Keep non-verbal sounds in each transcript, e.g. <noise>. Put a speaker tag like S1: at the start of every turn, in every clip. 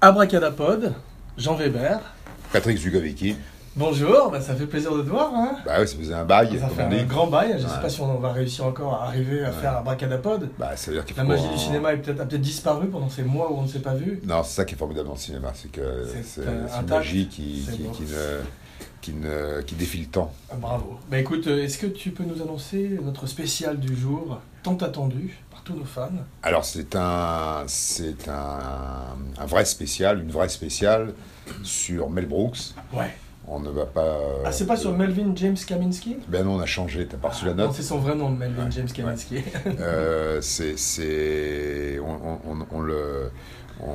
S1: Abracadapod, Jean Weber.
S2: Patrick Zugovicki.
S1: Bonjour, bah, ça fait plaisir de te voir. hein.
S2: Bah ouais, ça faisait un bail,
S1: ça
S2: comme
S1: fait
S2: on
S1: un
S2: dit.
S1: grand bail. Je ne sais
S2: Ouais.
S1: pas si on va réussir encore à arriver à faire Abracadapod.
S2: Bah, ça veut dire qu'il
S1: La
S2: faut
S1: magie
S2: en-
S1: du cinéma est peut-être- a peut-être disparu pendant ces mois où on ne s'est pas vu.
S2: Non, c'est ça qui est formidable dans le cinéma, c'est que
S1: C'est,
S2: c'est
S1: euh,
S2: c'est une
S1: intact.
S2: magie qui,
S1: C'est
S2: qui,
S1: beau.
S2: qui ne, qui, ne, qui défie le temps.
S1: Ah, Bravo. Bah écoute, euh, est-ce que tu peux nous annoncer notre spécial du jour, tant attendu par tous nos fans
S2: Alors, c'est un, c'est un, un vrai spécial, une vraie spéciale sur Mel Brooks.
S1: Ouais.
S2: On ne va pas. euh,
S1: Ah, c'est pas sur Melvin James Kaminski
S2: Ben non, on a changé, t'as pas reçu la
S1: Ah,
S2: note.
S1: non, c'est son vrai nom, Melvin
S2: Ouais,
S1: James Kaminski. <laughs>
S2: Euh, c'est, c'est- on, on- on- on le, on,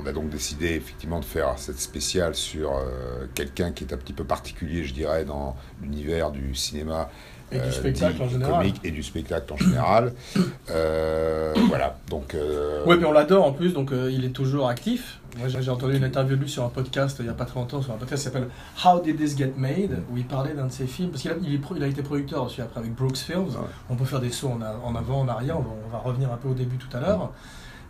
S2: on a donc décidé effectivement de faire cette spéciale sur euh, quelqu'un qui est un petit peu particulier, je dirais, dans l'univers du cinéma.
S1: Et du
S2: euh,
S1: spectacle
S2: dit
S1: en général.
S2: comique et du spectacle
S1: <coughs>
S2: en général. Euh, voilà, donc. euh,
S1: Ouais, puis on l'adore en plus, donc euh, il est toujours actif. Moi, j'ai j'ai entendu une interview de lui sur un podcast euh, il n'y a pas très longtemps, sur un podcast qui s'appelle How Did This Get Made, où il parlait d'un de ses films, parce qu'il a, il est pro- il a été producteur aussi après avec Brooks Films.
S2: Ouais.
S1: On peut faire des sauts en, a- en avant, en arrière, on va, on va revenir un peu au début tout à
S2: Mm.
S1: l'heure.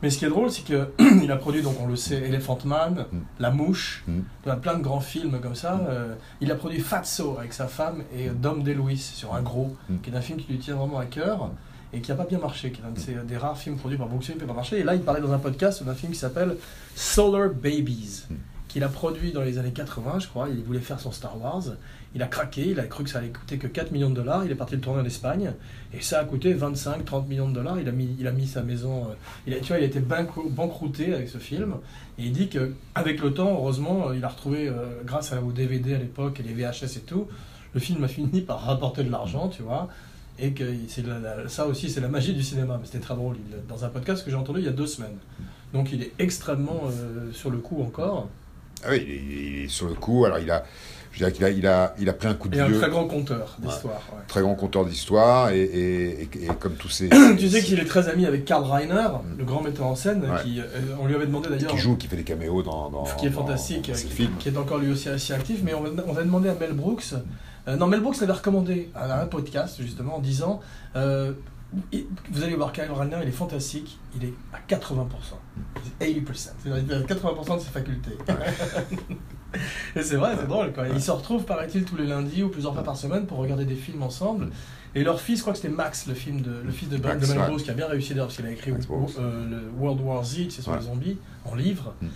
S1: Mais ce qui est drôle, c'est <clears throat> qu'il a produit, donc on le sait, Elephant Man,
S2: Mm.
S1: La Mouche,
S2: Mm.
S1: plein- plein de grands films comme ça. Euh, il a produit Fatso avec sa femme et Dom DeLuis sur Un Gros,
S2: Mm.
S1: qui est un film qui lui tient vraiment à cœur et qui n'a pas bien marché, qui est un de ces- euh, des rares films produits par Brooks Film qui n'a pas marché. Et là, il parlait dans un podcast d'un film qui s'appelle Solar Babies,
S2: Mm.
S1: qu'il a produit dans les années 80, je crois. Il voulait faire son Star Wars. Il a craqué, il a cru que ça allait coûter que 4 millions de dollars. Il est parti le tourner en Espagne. Et ça a coûté 25-30 millions de dollars. Il a mis, il a mis sa maison. euh, il a, tu vois, il a été banco- banquerouté avec ce film. Et il dit qu'avec le temps, heureusement, il a retrouvé, euh, grâce à- aux DVD à l'époque et les VHS et tout, le film a fini par rapporter de l'argent, tu vois. Et que c'est la- la- ça aussi, c'est la magie du cinéma. Mais c'était très drôle. Il- dans un podcast que j'ai entendu il y a deux semaines. Donc il est extrêmement euh, sur le coup encore.
S2: ah oui, il est, il est sur le coup. Alors, il a, je dirais qu'il a, il a, il a pris un coup de
S1: Et un
S2: vieux.
S1: très grand conteur d'histoire. ouais. <clears throat>
S2: très grand conteur d'histoire et, et- et- et comme tous ces.
S1: <coughs> Tu sais qu'il est très ami avec Karl Reiner, le grand metteur en scène,
S2: Ouais.
S1: qui, euh, on lui avait demandé d'ailleurs,
S2: qui joue, qui fait des caméos dans. dans
S1: qui est
S2: dans-
S1: fantastique,
S2: dans
S1: euh,
S2: ses
S1: qui,
S2: films.
S1: qui est encore lui aussi assez actif, mais on, va- on a demandé à Mel Brooks, euh, non Mel Brooks l'avait recommandé à un podcast justement en disant, euh, il- vous allez voir Karl Reiner, il est fantastique, il est à 80%, 80%, c'est-à-dire il est à 80% de ses facultés. <laughs> Et c'est vrai, c'est drôle. Quoi. Ils se retrouvent, paraît-il, tous les lundis ou plusieurs fois par semaine pour regarder des films ensemble. Et leur fils, je crois que c'était Max, le, film de, le fils de, Ba-
S2: Max,
S1: de Mel
S2: ouais.
S1: Brooks, qui a bien réussi d'ailleurs, parce qu'il a écrit
S2: Max Brooks.
S1: euh, le World War Z, c'est sur
S2: Ouais.
S1: les zombies, en livre.
S2: Mm.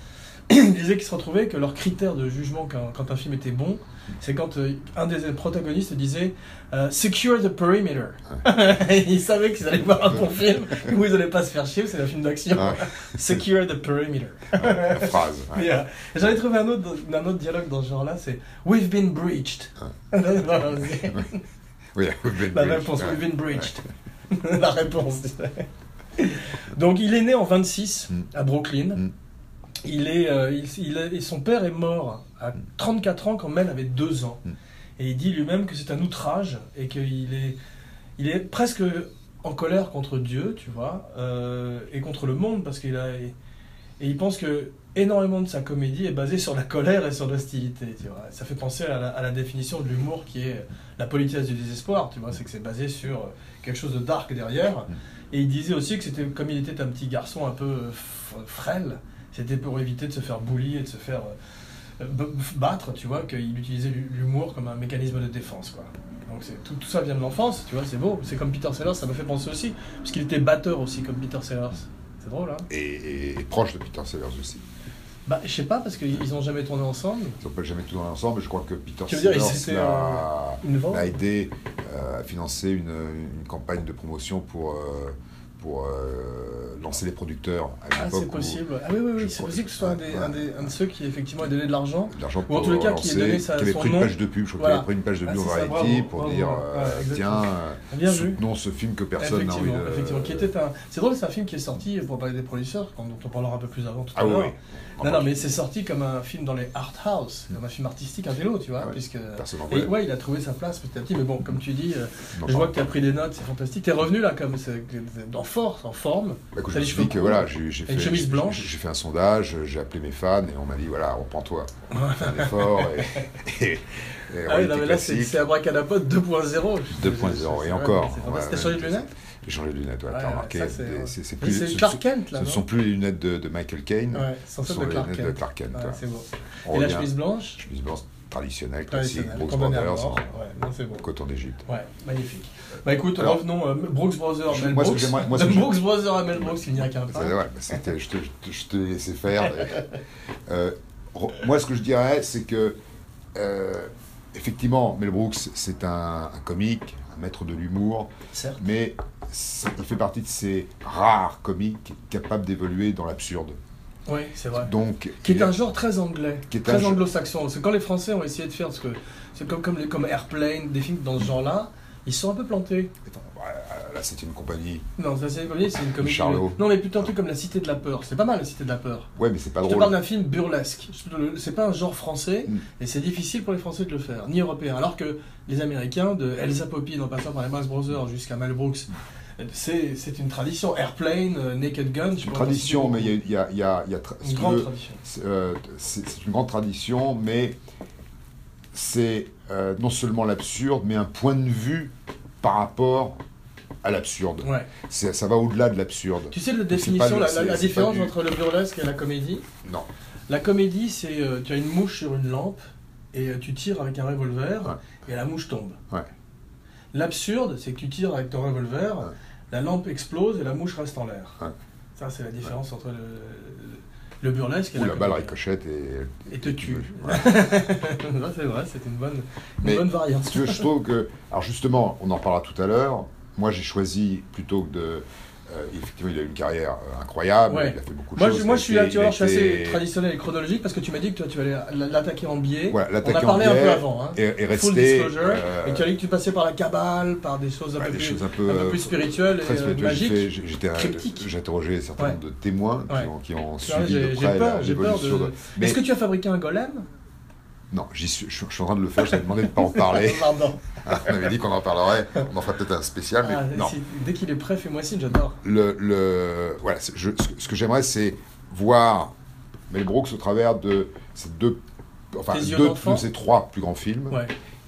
S1: <clears throat> Il disait qu'ils se retrouvaient que leur critère de jugement quand, quand un film était bon, c'est quand euh, un des protagonistes disait euh, Secure the perimeter. <laughs> ils savaient qu'ils allaient voir un bon
S2: <laughs>
S1: film où ils n'allaient pas se faire chier, c'est un film d'action.
S2: Ouais.
S1: <laughs> Secure the perimeter.
S2: La Euh, phrase. Ah. hein. ouais.
S1: Yeah. J'en ai trouvé un autre, dans- un autre dialogue dans ce genre-là, c'est We've been breached. <laughs> Voilà, c'est
S2: Oui, Ben
S1: La
S2: Bridge,
S1: réponse,
S2: ouais.
S1: We've been breached. <laughs> La réponse. Donc il est né en 26
S2: Mm.
S1: à Brooklyn.
S2: Mm.
S1: Il est, euh, il- il est- et son père est mort à 34 ans quand Mel avait 2 ans.
S2: Mm.
S1: Et il dit lui-même que c'est un outrage et qu'il est, il est presque en colère contre Dieu, tu vois, euh, et contre le monde parce qu'il a. Et il pense que énormément de sa comédie est basée sur la colère et sur l'hostilité, tu vois. Ça fait penser à la, à la définition de l'humour qui est la politesse du désespoir, tu vois, c'est que c'est basé sur quelque chose de dark derrière. Et il disait aussi que c'était comme il était un petit garçon un peu euh, f- frêle, c'était pour éviter de se faire bully et de se faire euh, b- f- battre, tu vois, qu'il utilisait l'hu- l'humour comme un mécanisme de défense, quoi. Donc c'est- tout, tout ça vient de l'enfance, tu vois, c'est beau. C'est comme Peter Sellers, ça me fait penser aussi, parce qu'il était batteur aussi comme Peter Sellers. C'est drôle, hein
S2: Et, et- et proche de Peter Sellers aussi.
S1: Bah, je sais pas, parce qu'ils ont jamais tourné ensemble.
S2: Ils n'ont pas jamais tout dans l'ensemble. Je crois que Peter
S1: Tu veux dire, ils
S2: Sellers
S1: étaient,
S2: l'a
S1: Une vente
S2: l'a aidé euh, à financer une, une campagne de promotion pour, euh, pour euh, lancer les producteurs à
S1: Ah,
S2: l'époque.
S1: c'est
S2: où-
S1: possible. Ah oui, oui,
S2: je
S1: oui, c'est
S2: crois-
S1: possible que ce soit un, des,
S2: Ouais.
S1: un des- un de ceux qui, effectivement, a donné de l'argent.
S2: de L'argent
S1: Ou
S2: pour
S1: en tout cas, qui
S2: lancer,
S1: ait donné sa-
S2: qui avait
S1: son
S2: pris
S1: nom.
S2: une page de pub, je crois
S1: Voilà.
S2: qu'il avait pris une page de
S1: Ah,
S2: pub
S1: c'est ça,
S2: variety
S1: bravo,
S2: pour
S1: bravo,
S2: dire
S1: ouais,
S2: euh,
S1: exactement.
S2: tiens, euh,
S1: Bien vu.
S2: soutenons ce film que personne n'a envie
S1: Effectivement,
S2: de.
S1: effectivement, qui était un. C'est drôle, c'est un film qui est sorti, pour parler des producteurs, quand- dont on parlera un peu plus avant tout à
S2: Ah oui,
S1: l'heure.
S2: oui.
S1: Non, non, mais c'est sorti comme un film dans les art house, comme un film artistique, un vélo, tu vois,
S2: Ah ouais.
S1: puisque.
S2: Personne n'en
S1: Et
S2: voulait.
S1: ouais, il a trouvé sa place petit à petit, mais bon, comme tu dis, euh,
S2: Non,
S1: je
S2: non.
S1: vois que tu as pris des notes, c'est fantastique. T'es revenu là, comme c'est- en force, en forme.
S2: Bah, écoute,
S1: T'as
S2: je me
S1: les
S2: suis
S1: cheveux
S2: dit que
S1: courts,
S2: voilà, j'ai j'ai
S1: une
S2: fait,
S1: chemise
S2: j'ai-
S1: blanche.
S2: j'ai- j'ai fait un sondage, j'ai appelé mes fans et on m'a dit voilà, reprends-toi, fais un effort.
S1: <laughs>
S2: Et, et, et
S1: Ah oui,
S2: réalité
S1: non, mais là, c'est
S2: classique.
S1: c'est Abracadapod 2.0.
S2: 2.0 et <laughs>
S1: C'est-
S2: encore.
S1: c'est
S2: Ouais,
S1: fantastique. T'as
S2: ouais,
S1: changé de lunettes
S2: J'ai J'enlève les lunettes, ouais,
S1: Ouais,
S2: t'as
S1: ouais,
S2: remarqué.
S1: ça, c'est-
S2: des-
S1: ouais.
S2: C'est c'est
S1: Mais
S2: plus.
S1: c'est
S2: ce-
S1: Clark Kent, là,
S2: Ce ne
S1: non
S2: sont plus les lunettes de, de Michael Caine,
S1: Ouais, sans
S2: ce
S1: ça,
S2: sont
S1: de
S2: les
S1: Clark
S2: lunettes de
S1: Kent.
S2: Clark Kent.
S1: Ouais,
S2: ouais.
S1: c'est beau.
S2: On
S1: Et la
S2: revient-
S1: chemise blanche
S2: chemise blanche traditionnelle, classique,
S1: traditionnelle,
S2: Brooks
S1: condamnée à
S2: Brothers,
S1: mort.
S2: en-
S1: Ouais, non, c'est beau.
S2: coton d'Égypte.
S1: Ouais, magnifique. Bah écoute,
S2: Alors,
S1: revenons euh, Brooks Brothers,
S2: je-
S1: Mel
S2: moi, ce que
S1: Brooks.
S2: j'aimerais- moi,
S1: <laughs>
S2: ce
S1: de
S2: que j'aime-
S1: Brooks Brothers à Mel Brooks, il n'y a qu'un
S2: C'est-
S1: pas.
S2: ouais, c'était- je, te, je te- je te laissais faire. Euh, re- moi, ce que je dirais, c'est que, euh, effectivement, Mel Brooks, c'est un, un comique, un maître de l'humour,
S1: Certes.
S2: mais c'est- il fait partie de ces rares comiques capables d'évoluer dans l'absurde.
S1: Oui, c'est vrai.
S2: Donc,
S1: Qui est
S2: il-
S1: un genre très anglais,
S2: Qui est un
S1: très
S2: genre-
S1: anglo-saxon. Parce que quand les Français ont essayé de faire, parce que c'est comme, comme, les- comme Airplane, des films dans ce genre-là, ils se sont un peu plantés.
S2: Attends, bah, là, c'est une compagnie.
S1: Non, ça, c'est une comédie, c'est une comédie.
S2: Charlot.
S1: Non, mais plutôt un truc comme La Cité de la Peur. C'est pas mal, La Cité de la Peur.
S2: Ouais, mais c'est pas
S1: Je te parle
S2: drôle.
S1: d'un film burlesque. C'est pas un genre français,
S2: Mm.
S1: et c'est difficile pour les Français de le faire, ni européens. Alors que les Américains, de Elsa Poppin en passant par les Max Brothers jusqu'à Mel Brooks, c'est c'est une tradition. Airplane, euh, Naked Gun, je
S2: Une
S1: pourrais
S2: tradition,
S1: en
S2: mais
S1: citer
S2: il y a, il y a- il y a- il y a tra-
S1: beaucoup.
S2: si
S1: une
S2: tu
S1: grande
S2: veux,
S1: tradition.
S2: C'est euh, c'est- c'est une grande tradition, mais c'est euh, non seulement l'absurde, mais un point de vue par rapport à l'absurde.
S1: Ouais.
S2: C'est- Ça va au-delà de l'absurde.
S1: Tu sais la
S2: pas
S1: définition,
S2: du-
S1: la- la,
S2: c'est-
S1: la
S2: c'est pas
S1: différence
S2: du-
S1: entre le burlesque et la comédie
S2: Non.
S1: La comédie, c'est euh, tu as une mouche sur une lampe et euh, tu tires avec un revolver et la mouche tombe.
S2: Ouais.
S1: L'absurde, c'est que tu tires avec ton revolver,
S2: Ouais.
S1: la lampe explose et la mouche reste en l'air.
S2: Ouais.
S1: Ça, c'est la différence entre le, le burlesque et
S2: Ou
S1: la
S2: la balle
S1: comédie.
S2: ricochette et,
S1: Et te tue.
S2: Voilà.
S1: <laughs> Ouais, c'est vrai, c'est une bonne, une
S2: Mais-
S1: bonne variante.
S2: Si tu veux, je trouve que. Alors justement, on en parlera tout à l'heure. Moi, j'ai choisi plutôt que de. euh, effectivement, il a eu une carrière euh, incroyable.
S1: Ouais.
S2: Il a fait beaucoup de
S1: Moi,
S2: choses.
S1: je, moi,
S2: Il
S1: je
S2: a
S1: suis là,
S2: été-
S1: tu vois, je suis
S2: il a
S1: assez
S2: été-
S1: traditionnel et chronologique parce que tu m'as dit que toi, tu allais l'attaquer en biais.
S2: Voilà,
S1: On a
S2: l'attaquant
S1: parlé un peu
S2: biais
S1: avant. Hein.
S2: Et, et
S1: Full
S2: resté.
S1: disclosure.
S2: euh,
S1: Et tu as dit que tu passais par la cabale, par des choses un,
S2: bah,
S1: peu,
S2: des
S1: plus,
S2: choses un
S1: un
S2: peu,
S1: peu plus
S2: euh,
S1: spirituelles et
S2: Très
S1: euh,
S2: spirituel, j'ai
S1: magiques.
S2: fait- j'ai- j'étais un-
S1: cryptiques.
S2: J'ai interrogé un certain
S1: Ouais.
S2: nombre de témoins qui
S1: Ouais.
S2: ont, qui ont
S1: Tu vois,
S2: suivi de
S1: J'ai j'ai
S2: près la-
S1: peur, j'ai peur
S2: l'évolution.
S1: de.
S2: de- Mais
S1: Est-ce que tu as fabriqué un
S2: <laughs>
S1: golem
S2: non, j'y suis, je, je suis en train de le faire, je t'ai demandé de ne pas
S1: <laughs>
S2: en parler.
S1: Pardon.
S2: on avait dit qu'on en parlerait, on en fera peut-être un spécial, mais
S1: Ah,
S2: non.
S1: si- dès qu'il est prêt, fais-moi signe, j'adore.
S2: Le, le- voilà, c'est- je- ce que, ce que j'aimerais, c'est voir Mel Brooks au travers de ces deux, enfin,
S1: Tes yeux
S2: deux
S1: d'enfant
S2: de ces trois plus grands films,
S1: Ouais.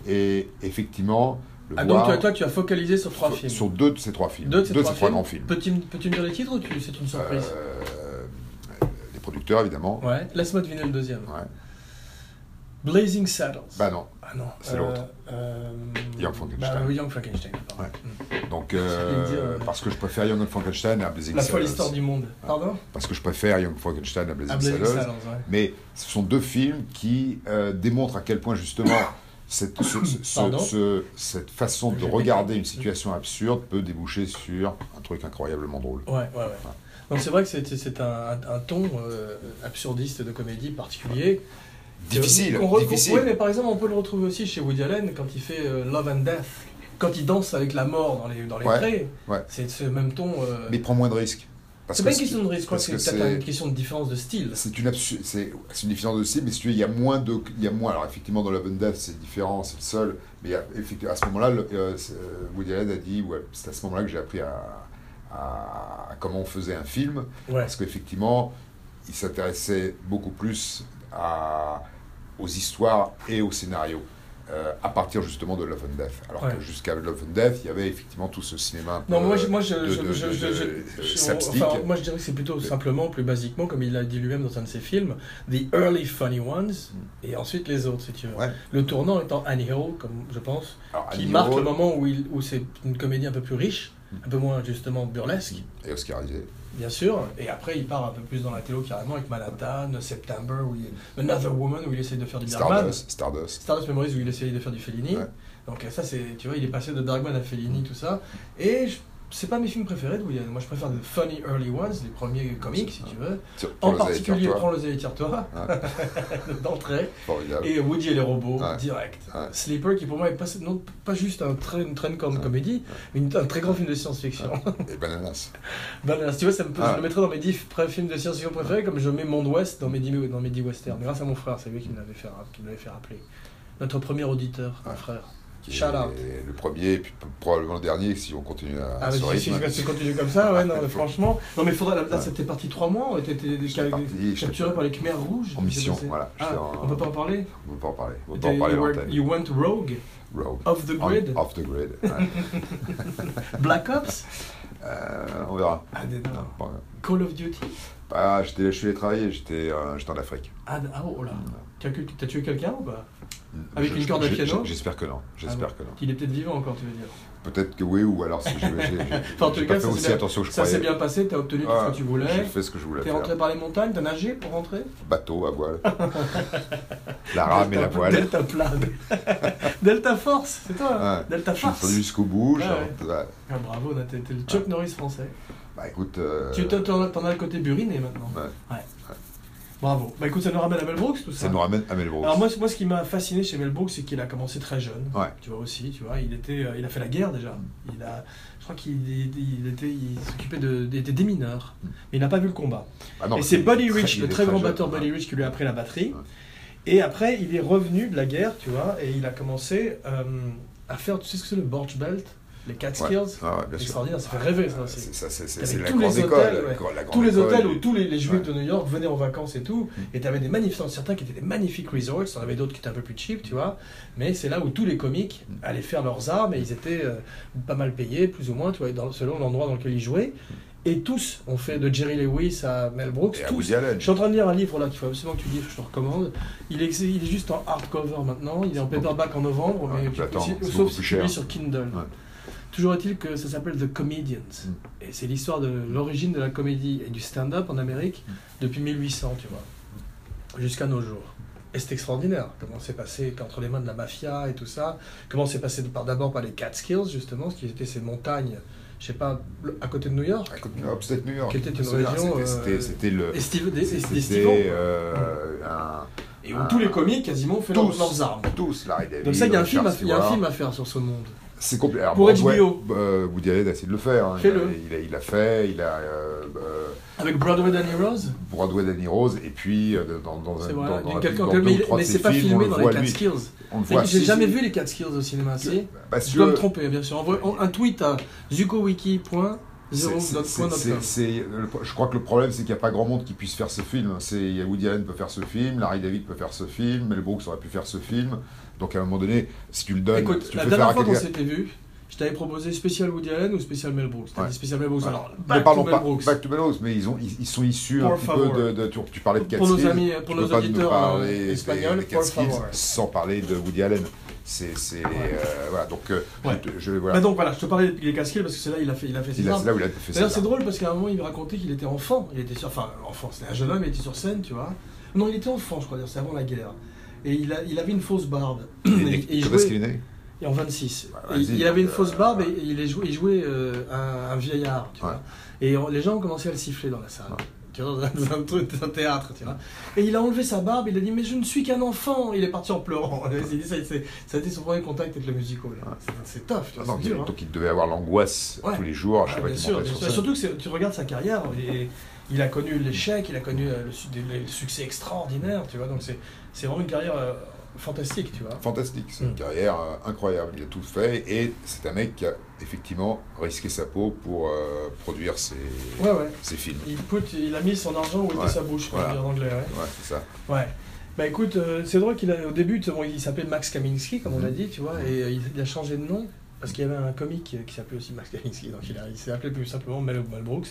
S2: et effectivement, le
S1: Ah, donc
S2: voir
S1: toi, toi, tu as focalisé sur trois
S2: sur,
S1: films.
S2: sur deux de ces trois films,
S1: Deux de ces trois films.
S2: grands films.
S1: Peux-tu me- peux-tu me dire les titres ou tu- c'est une surprise
S2: Euh, les producteurs, évidemment.
S1: Ouais, laisse-moi deviner le deuxième.
S2: Ouais.
S1: Blazing Saddles.
S2: Bah non.
S1: ah non,
S2: c'est l'autre.
S1: euh,
S2: Young Frankenstein.
S1: Bah, oui, Young Frankenstein. pardon.
S2: Ouais.
S1: Mm.
S2: Donc,
S1: J'allais dire,
S2: euh,
S1: euh,
S2: parce que je préfère Young Frankenstein à Blazing
S1: La folle
S2: Saddles.
S1: histoire du monde. Pardon
S2: Parce que je préfère Young Frankenstein à Blazing
S1: Ah, Blazing
S2: Saddles.
S1: Saddles, ouais.
S2: Mais ce sont deux films qui euh, démontrent à quel point justement cette, ce- ce- ce-
S1: Pardon
S2: ce- cette façon de regarder une situation absurde peut déboucher sur un truc incroyablement drôle.
S1: Ouais, ouais, ouais. Donc c'est vrai que c'est- c'est un, un ton euh, absurdiste de comédie particulier.
S2: Difficile,
S1: Qu'on re-
S2: difficile.
S1: Ouais, mais par exemple, on peut le retrouver aussi chez Woody Allen quand il fait euh, Love and Death, quand il danse avec la mort dans les, dans les
S2: Ouais,
S1: prés.
S2: ouais.
S1: C'est ce même ton. euh,
S2: Mais prends moins de risques. Parce
S1: C'est pas
S2: que
S1: une question de risque, je crois que
S2: parce que
S1: c'est peut-être
S2: c'est-
S1: une question de différence de style.
S2: C'est une, absu- c'est c'est une différence de style, mais si tu veux, il y a moins de. Il y a moins, alors effectivement, dans la bonne Death, c'est différent, c'est le seul, mais il y a, effectivement, à ce moment-là, le- euh, c'est- euh, Woody Allen a dit ouais, c'est à ce moment-là que j'ai appris à, à- à comment on faisait un film,
S1: Ouais.
S2: parce qu'effectivement, il s'intéressait beaucoup plus à, aux histoires et aux scénarios. euh, à partir justement de Love and Death. Alors
S1: Ouais.
S2: que jusqu'à Love and Death, il y avait effectivement tout ce cinéma. un peu,
S1: Non, moi, je, moi, je,
S2: Euh, de-
S1: je,
S2: de-
S1: je,
S2: de-
S1: je-
S2: de-
S1: je-
S2: euh,
S1: je-
S2: slapstick.
S1: enfin, moi, je dirais que c'est plutôt simplement, plus basiquement, comme il l'a dit lui-même dans un de ses films, The Early Funny Ones, et ensuite les autres, si tu veux.
S2: Mm. Ouais.
S1: Le tournant étant Annie Hall, comme je pense,
S2: Alors,
S1: qui
S2: Annie
S1: marque
S2: Hall
S1: le
S2: Mm.
S1: moment où, il- où c'est une comédie un peu plus riche, un peu moins justement burlesque,
S2: Et Oscarisé.
S1: bien sûr, et après il part un peu plus dans la télo carrément avec Manhattan, September, où il- Another Woman, où il essaye de faire du Bergman,
S2: Stardust. Stardust.
S1: Stardust Memories, où il essaye de faire du Fellini.
S2: Ouais. Mm.
S1: Donc euh, ça, c'est, tu vois, il est passé de Bergman à Fellini, tout ça. Et je- c'est pas mes films préférés de Woody Allen. Moi, je préfère The Funny Early Ones, les premiers comics, si tu veux.
S2: Sur-
S1: En
S2: pour les électeurs,
S1: particulier,
S2: toi.
S1: Prends le et tire-toi,
S2: Ouais.
S1: <laughs> d'entrée.
S2: Formidable.
S1: Et Woody et les robots,
S2: Ouais.
S1: direct.
S2: Ouais.
S1: Sleeper, qui pour moi est pas, non pas juste un très, une très grande comédie, mais une- un très grand film de science-fiction.
S2: Et Bananas.
S1: Ben, alors, si tu vois, ça me, peut-
S2: Ouais.
S1: je le mettrais dans mes 10 pré- films de science-fiction préférés, comme je mets Monde Ouest dans mes 10, dans mes 10 westerns, grâce à mon frère, c'est lui qui me l'avait fait, qui me l'avait fait rappeler. Notre premier auditeur, mon
S2: Ouais.
S1: frère.
S2: Ah. qui
S1: Shout
S2: est
S1: out.
S2: Le premier, et puis p- probablement le dernier, si on continue à
S1: Ah, mais
S2: ce
S1: si, si,
S2: rythme.
S1: si tu continues comme ça, ouais, non,
S2: <laughs>
S1: mais
S2: Faut-
S1: franchement. Non, mais faudrait, là, là,
S2: hein. Ouais.
S1: c'était parti 3 mois, on était était
S2: J'étais parti, j'étais-
S1: capturé par les Khmers rouges.
S2: En
S1: je sais
S2: mission,
S1: pas si-
S2: voilà,
S1: Ah,
S2: j'étais en-
S1: on peut pas en parler
S2: On ne peut pas en parler. On peut pas en
S1: You
S2: parler à
S1: were-
S2: l'antenne.
S1: You went rogue,
S2: Rogue.
S1: off the grid, <laughs>
S2: On- Off the grid. ouais. <laughs>
S1: Black Ops
S2: Euh, on verra.
S1: Ah, des
S2: Non,
S1: dingues.
S2: pas-
S1: Call of Duty
S2: Ah, j'étais, je suis allé travailler, j'étais, euh, j'étais en Afrique.
S1: Ah, d- ah, oh là. T'as que- t'as tué quelqu'un ou pas Avec
S2: Avec
S1: une corde à piano
S2: J'espère que non. J'espère
S1: Ah
S2: que non.
S1: Il est peut-être vivant encore, tu veux dire.
S2: Peut-être que oui, ou alors si j'ai, j'ai- j'ai-
S1: Enfin, en tout
S2: j'ai
S1: cas,
S2: pas
S1: ça
S2: fait
S1: s'est
S2: aussi
S1: bien-
S2: attention que je
S1: Ça s'est
S2: croyais.
S1: bien passé, t'as obtenu tout
S2: Ah,
S1: ce que tu
S2: J'ai
S1: voulais.
S2: fait ce que je hein. voulais
S1: T'es
S2: faire.
S1: rentré par les montagnes, t'as nagé pour rentrer
S2: Bateau
S1: <laughs>
S2: à voile. la rame et Ah, la
S1: Delta-
S2: voile.
S1: Delta plane.
S2: <laughs>
S1: Delta Force, c'est toi. hein
S2: Ouais.
S1: Delta
S2: Je suis
S1: Force.
S2: descendu jusqu'au bout. j'ai-
S1: Ouais,
S2: ouais.
S1: Ah, bravo, Nat, t'es t'es le Chuck Norris français.
S2: Bah écoute. euh,
S1: Tu t'en- t'en t'en as le côté buriné maintenant.
S2: ouais.
S1: Bravo. Bah écoute, ça nous ramène à Mel Brooks tout ça.
S2: Ça nous ramène à Melbourne.
S1: Alors moi, moi, ce qui m'a fasciné chez Mel Brooks, c'est qu'il a commencé très jeune.
S2: Ouais.
S1: Tu vois aussi, tu vois, il était, euh, il a fait la guerre déjà. Il a, je crois qu'il il était, il s'occupait de, il était des mineurs,
S2: Mm.
S1: mais il n'a pas vu le combat.
S2: Ah non,
S1: et
S2: parce
S1: c'est
S2: qu'il-
S1: Buddy Rich,
S2: il
S1: le
S2: est
S1: très grand
S2: jeune,
S1: batteur
S2: ouais.
S1: Buddy Rich, qui lui a appris la batterie.
S2: Ouais.
S1: Et après, il est revenu de la guerre, tu vois, et il a commencé euh, à faire, tu sais ce que c'est le Borch Belt, les cat
S2: Ouais.
S1: skills.
S2: Ah ouais, bien sûr.
S1: Extraordinaire, ça fait rêver ça aussi.
S2: C'est ça, c'est- c'est-
S1: Avec
S2: c'est la
S1: tous les
S2: grande école.
S1: hôtels,
S2: la
S1: ouais.
S2: grande- la grande
S1: tous les
S2: école,
S1: hôtels où
S2: les-
S1: tous les, les juifs
S2: Ouais.
S1: de New York venaient en vacances et tout,
S2: Mm.
S1: et t'avais des magnifiques, certains qui étaient des magnifiques resorts, t'en avais d'autres qui étaient un peu plus cheap, tu vois, mais c'est là où tous les comiques
S2: Mm.
S1: allaient faire leurs armes et ils étaient euh, pas mal payés, plus ou moins, tu vois, et dans, selon l'endroit dans lequel ils jouaient, et tous ont fait de Jerry Lewis à Mel Brooks,
S2: Et à
S1: tous.
S2: Woody Allen.
S1: Je suis en train de lire un livre là qu'il faut absolument que tu lises, je te recommande. Il est, il est juste en hardcover maintenant, il est en paperback en novembre,
S2: Ouais,
S1: mais
S2: puis attends,
S1: si-
S2: c'est beaucoup
S1: sauf si
S2: plus
S1: tu lis
S2: cher.
S1: sur Kindle.
S2: Ouais. Mm.
S1: Toujours est-il que ça s'appelle The Comedians. Et c'est l'histoire de l'origine de la comédie et du stand-up en Amérique
S2: Mm.
S1: depuis 1800, tu vois, jusqu'à nos jours. Et c'est extraordinaire comment c'est passé entre les mains de la mafia et tout ça. Comment c'est passé de- par- d'abord par les Catskills, justement, ce qui étaient ces montagnes, je sais pas, à côté de New York.
S2: À côté de New York, c'était New York.
S1: Qui était une
S2: C'était-
S1: région,
S2: c'était-
S1: euh,
S2: C'était c'était le.
S1: Et Steve, des, des Stevens.
S2: C'était euh, un-
S1: Et où tous les comiques quasiment ont fait
S2: Tous.
S1: leurs, leurs armes.
S2: tous Larry David.
S1: Donc ça, il y a un
S2: Richard
S1: film à- il y a un
S2: Stewart.
S1: film à faire sur ce monde.
S2: C'est complet. Alors,
S1: Pour
S2: Broadway,
S1: HBO.
S2: euh, Woody Allen a essayé de le faire. hein.
S1: Fais-le.
S2: Il, a, il, a, il a fait, il a euh, euh,
S1: Avec Broadway Danny Rose
S2: Broadway Danny Rose, et puis euh, dans, dans,
S1: C'est
S2: dans,
S1: vrai,
S2: dans,
S1: il y a
S2: dans-
S1: quelqu'un
S2: dans
S1: qui a-
S2: deux
S1: mais,
S2: ou trois
S1: mais
S2: de
S1: c'est
S2: ses
S1: pas
S2: films,
S1: filmé
S2: on
S1: dans
S2: le voit,
S1: les Cat
S2: lui.
S1: Skills.
S2: On le
S1: Mais
S2: voit,
S1: J'ai
S2: si,
S1: jamais
S2: si.
S1: vu les Cat Skills au cinéma, si.
S2: Bah, si
S1: Je dois me
S2: tu veux,
S1: tromper, bien sûr. Envoie un- un tweet à zukowiki.0.com.
S2: c'est- c'est- c'est- c'est- c'est- le pro- Je crois que le problème, c'est qu'il n'y a pas grand monde qui puisse faire ce film. C'est- il y a Woody Allen peut faire ce film, Larry David peut faire ce film, Mel Brooks aurait pu faire ce film. Donc à un moment donné, si tu le donnes, si
S1: Écoute,
S2: tu
S1: la
S2: fais faire
S1: dernière
S2: à
S1: fois qu'on
S2: quelqu'un.
S1: s'était vu, je t'avais proposé spécial Woody Allen ou spécial Mel Brooks. T'as
S2: Ouais.
S1: dit spécial Mel Brooks. Alors,
S2: Mais
S1: back to
S2: parlons
S1: Mel
S2: pas
S1: Brooks.
S2: Back to Mel Brooks, mais ils, ont, ils, ils sont issus
S1: Por
S2: un petit
S1: favor.
S2: peu de, de- tu, tu parlais de Catskills.
S1: Pour nos amis, pour
S2: tu
S1: nos
S2: peux pas nous
S1: auditeurs
S2: parler
S1: euh,
S2: des-
S1: espagnols,
S2: des
S1: por
S2: Catskills
S1: favor.
S2: sans parler de Woody Allen. C'est, c'est, euh, voilà, donc euh,
S1: Ouais.
S2: je, je- voilà.
S1: Bah donc voilà, je te parlais des Cat Skills parce que c'est là il a fait, il a fait ses
S2: Il a-
S1: armes.
S2: c'est là où il a fait ça.
S1: D'ailleurs, c'est drôle parce qu'à un moment, il me racontait qu'il était enfant. Il était sur, enfin, enfant, c'était un jeune homme, il était sur scène, tu vois. Non, il était enfant, je crois, d'ailleurs, c'est avant la guerre. Et il, a- il avait une fausse
S2: <coughs>
S1: barbe.
S2: Il est
S1: Et-
S2: né-
S1: et il
S2: quand
S1: jouait-
S2: est-ce qu'il est né
S1: et en 26.
S2: Bah,
S1: Et
S2: vas-y,
S1: il avait une
S2: donc,
S1: fausse
S2: euh,
S1: barbe
S2: ouais.
S1: et il, est joué, il jouait euh, un, un vieillard. Tu
S2: Ouais.
S1: vois. Et on- les gens ont commencé à le siffler dans la salle.
S2: Ouais.
S1: Tu vois, dans un, truc, dans un théâtre, tu vois. Et il a enlevé sa barbe, il a dit Mais je ne suis qu'un enfant Il est parti en pleurant. <laughs> Il dit, ça, c'est- ça a été son premier contact avec le musical. là. C'est- C'est tough, tu
S2: Ah,
S1: vois,
S2: donc,
S1: c'est
S2: il,
S1: dur. hein.
S2: donc il devait avoir l'angoisse
S1: Ouais.
S2: tous les jours à
S1: Ah,
S2: chaque fois
S1: bien
S2: qu'il
S1: sûr,
S2: montait
S1: bien
S2: sur
S1: sûr. Et
S2: scène.
S1: surtout que c'est- tu regardes sa carrière, et il a connu l'échec, il a connu euh, le, su- des- le succès extraordinaire, tu vois. Donc c'est c'est vraiment une carrière euh, fantastique, tu vois.
S2: Fantastique, c'est une
S1: Mm.
S2: carrière euh, incroyable. Il a tout fait et c'est un mec qui a effectivement risqué sa peau pour euh, produire ses,
S1: Ouais, ouais.
S2: ses films.
S1: Il, put- il a mis son argent où était
S2: Ouais,
S1: sa bouche, comme
S2: voilà.
S1: on dit en anglais. ouais.
S2: Ouais, c'est ça.
S1: Ouais. Bah écoute, euh, c'est drôle qu'il a au début, tu sais, bon, il s'appelait Max Kaminski, comme on a
S2: Mhm.
S1: dit, tu vois, et euh, il, il a changé de nom parce qu'il y avait un comique qui s'appelait aussi Max Kaminski, donc il, a- il s'est appelé plus simplement Mel, Mel Brooks.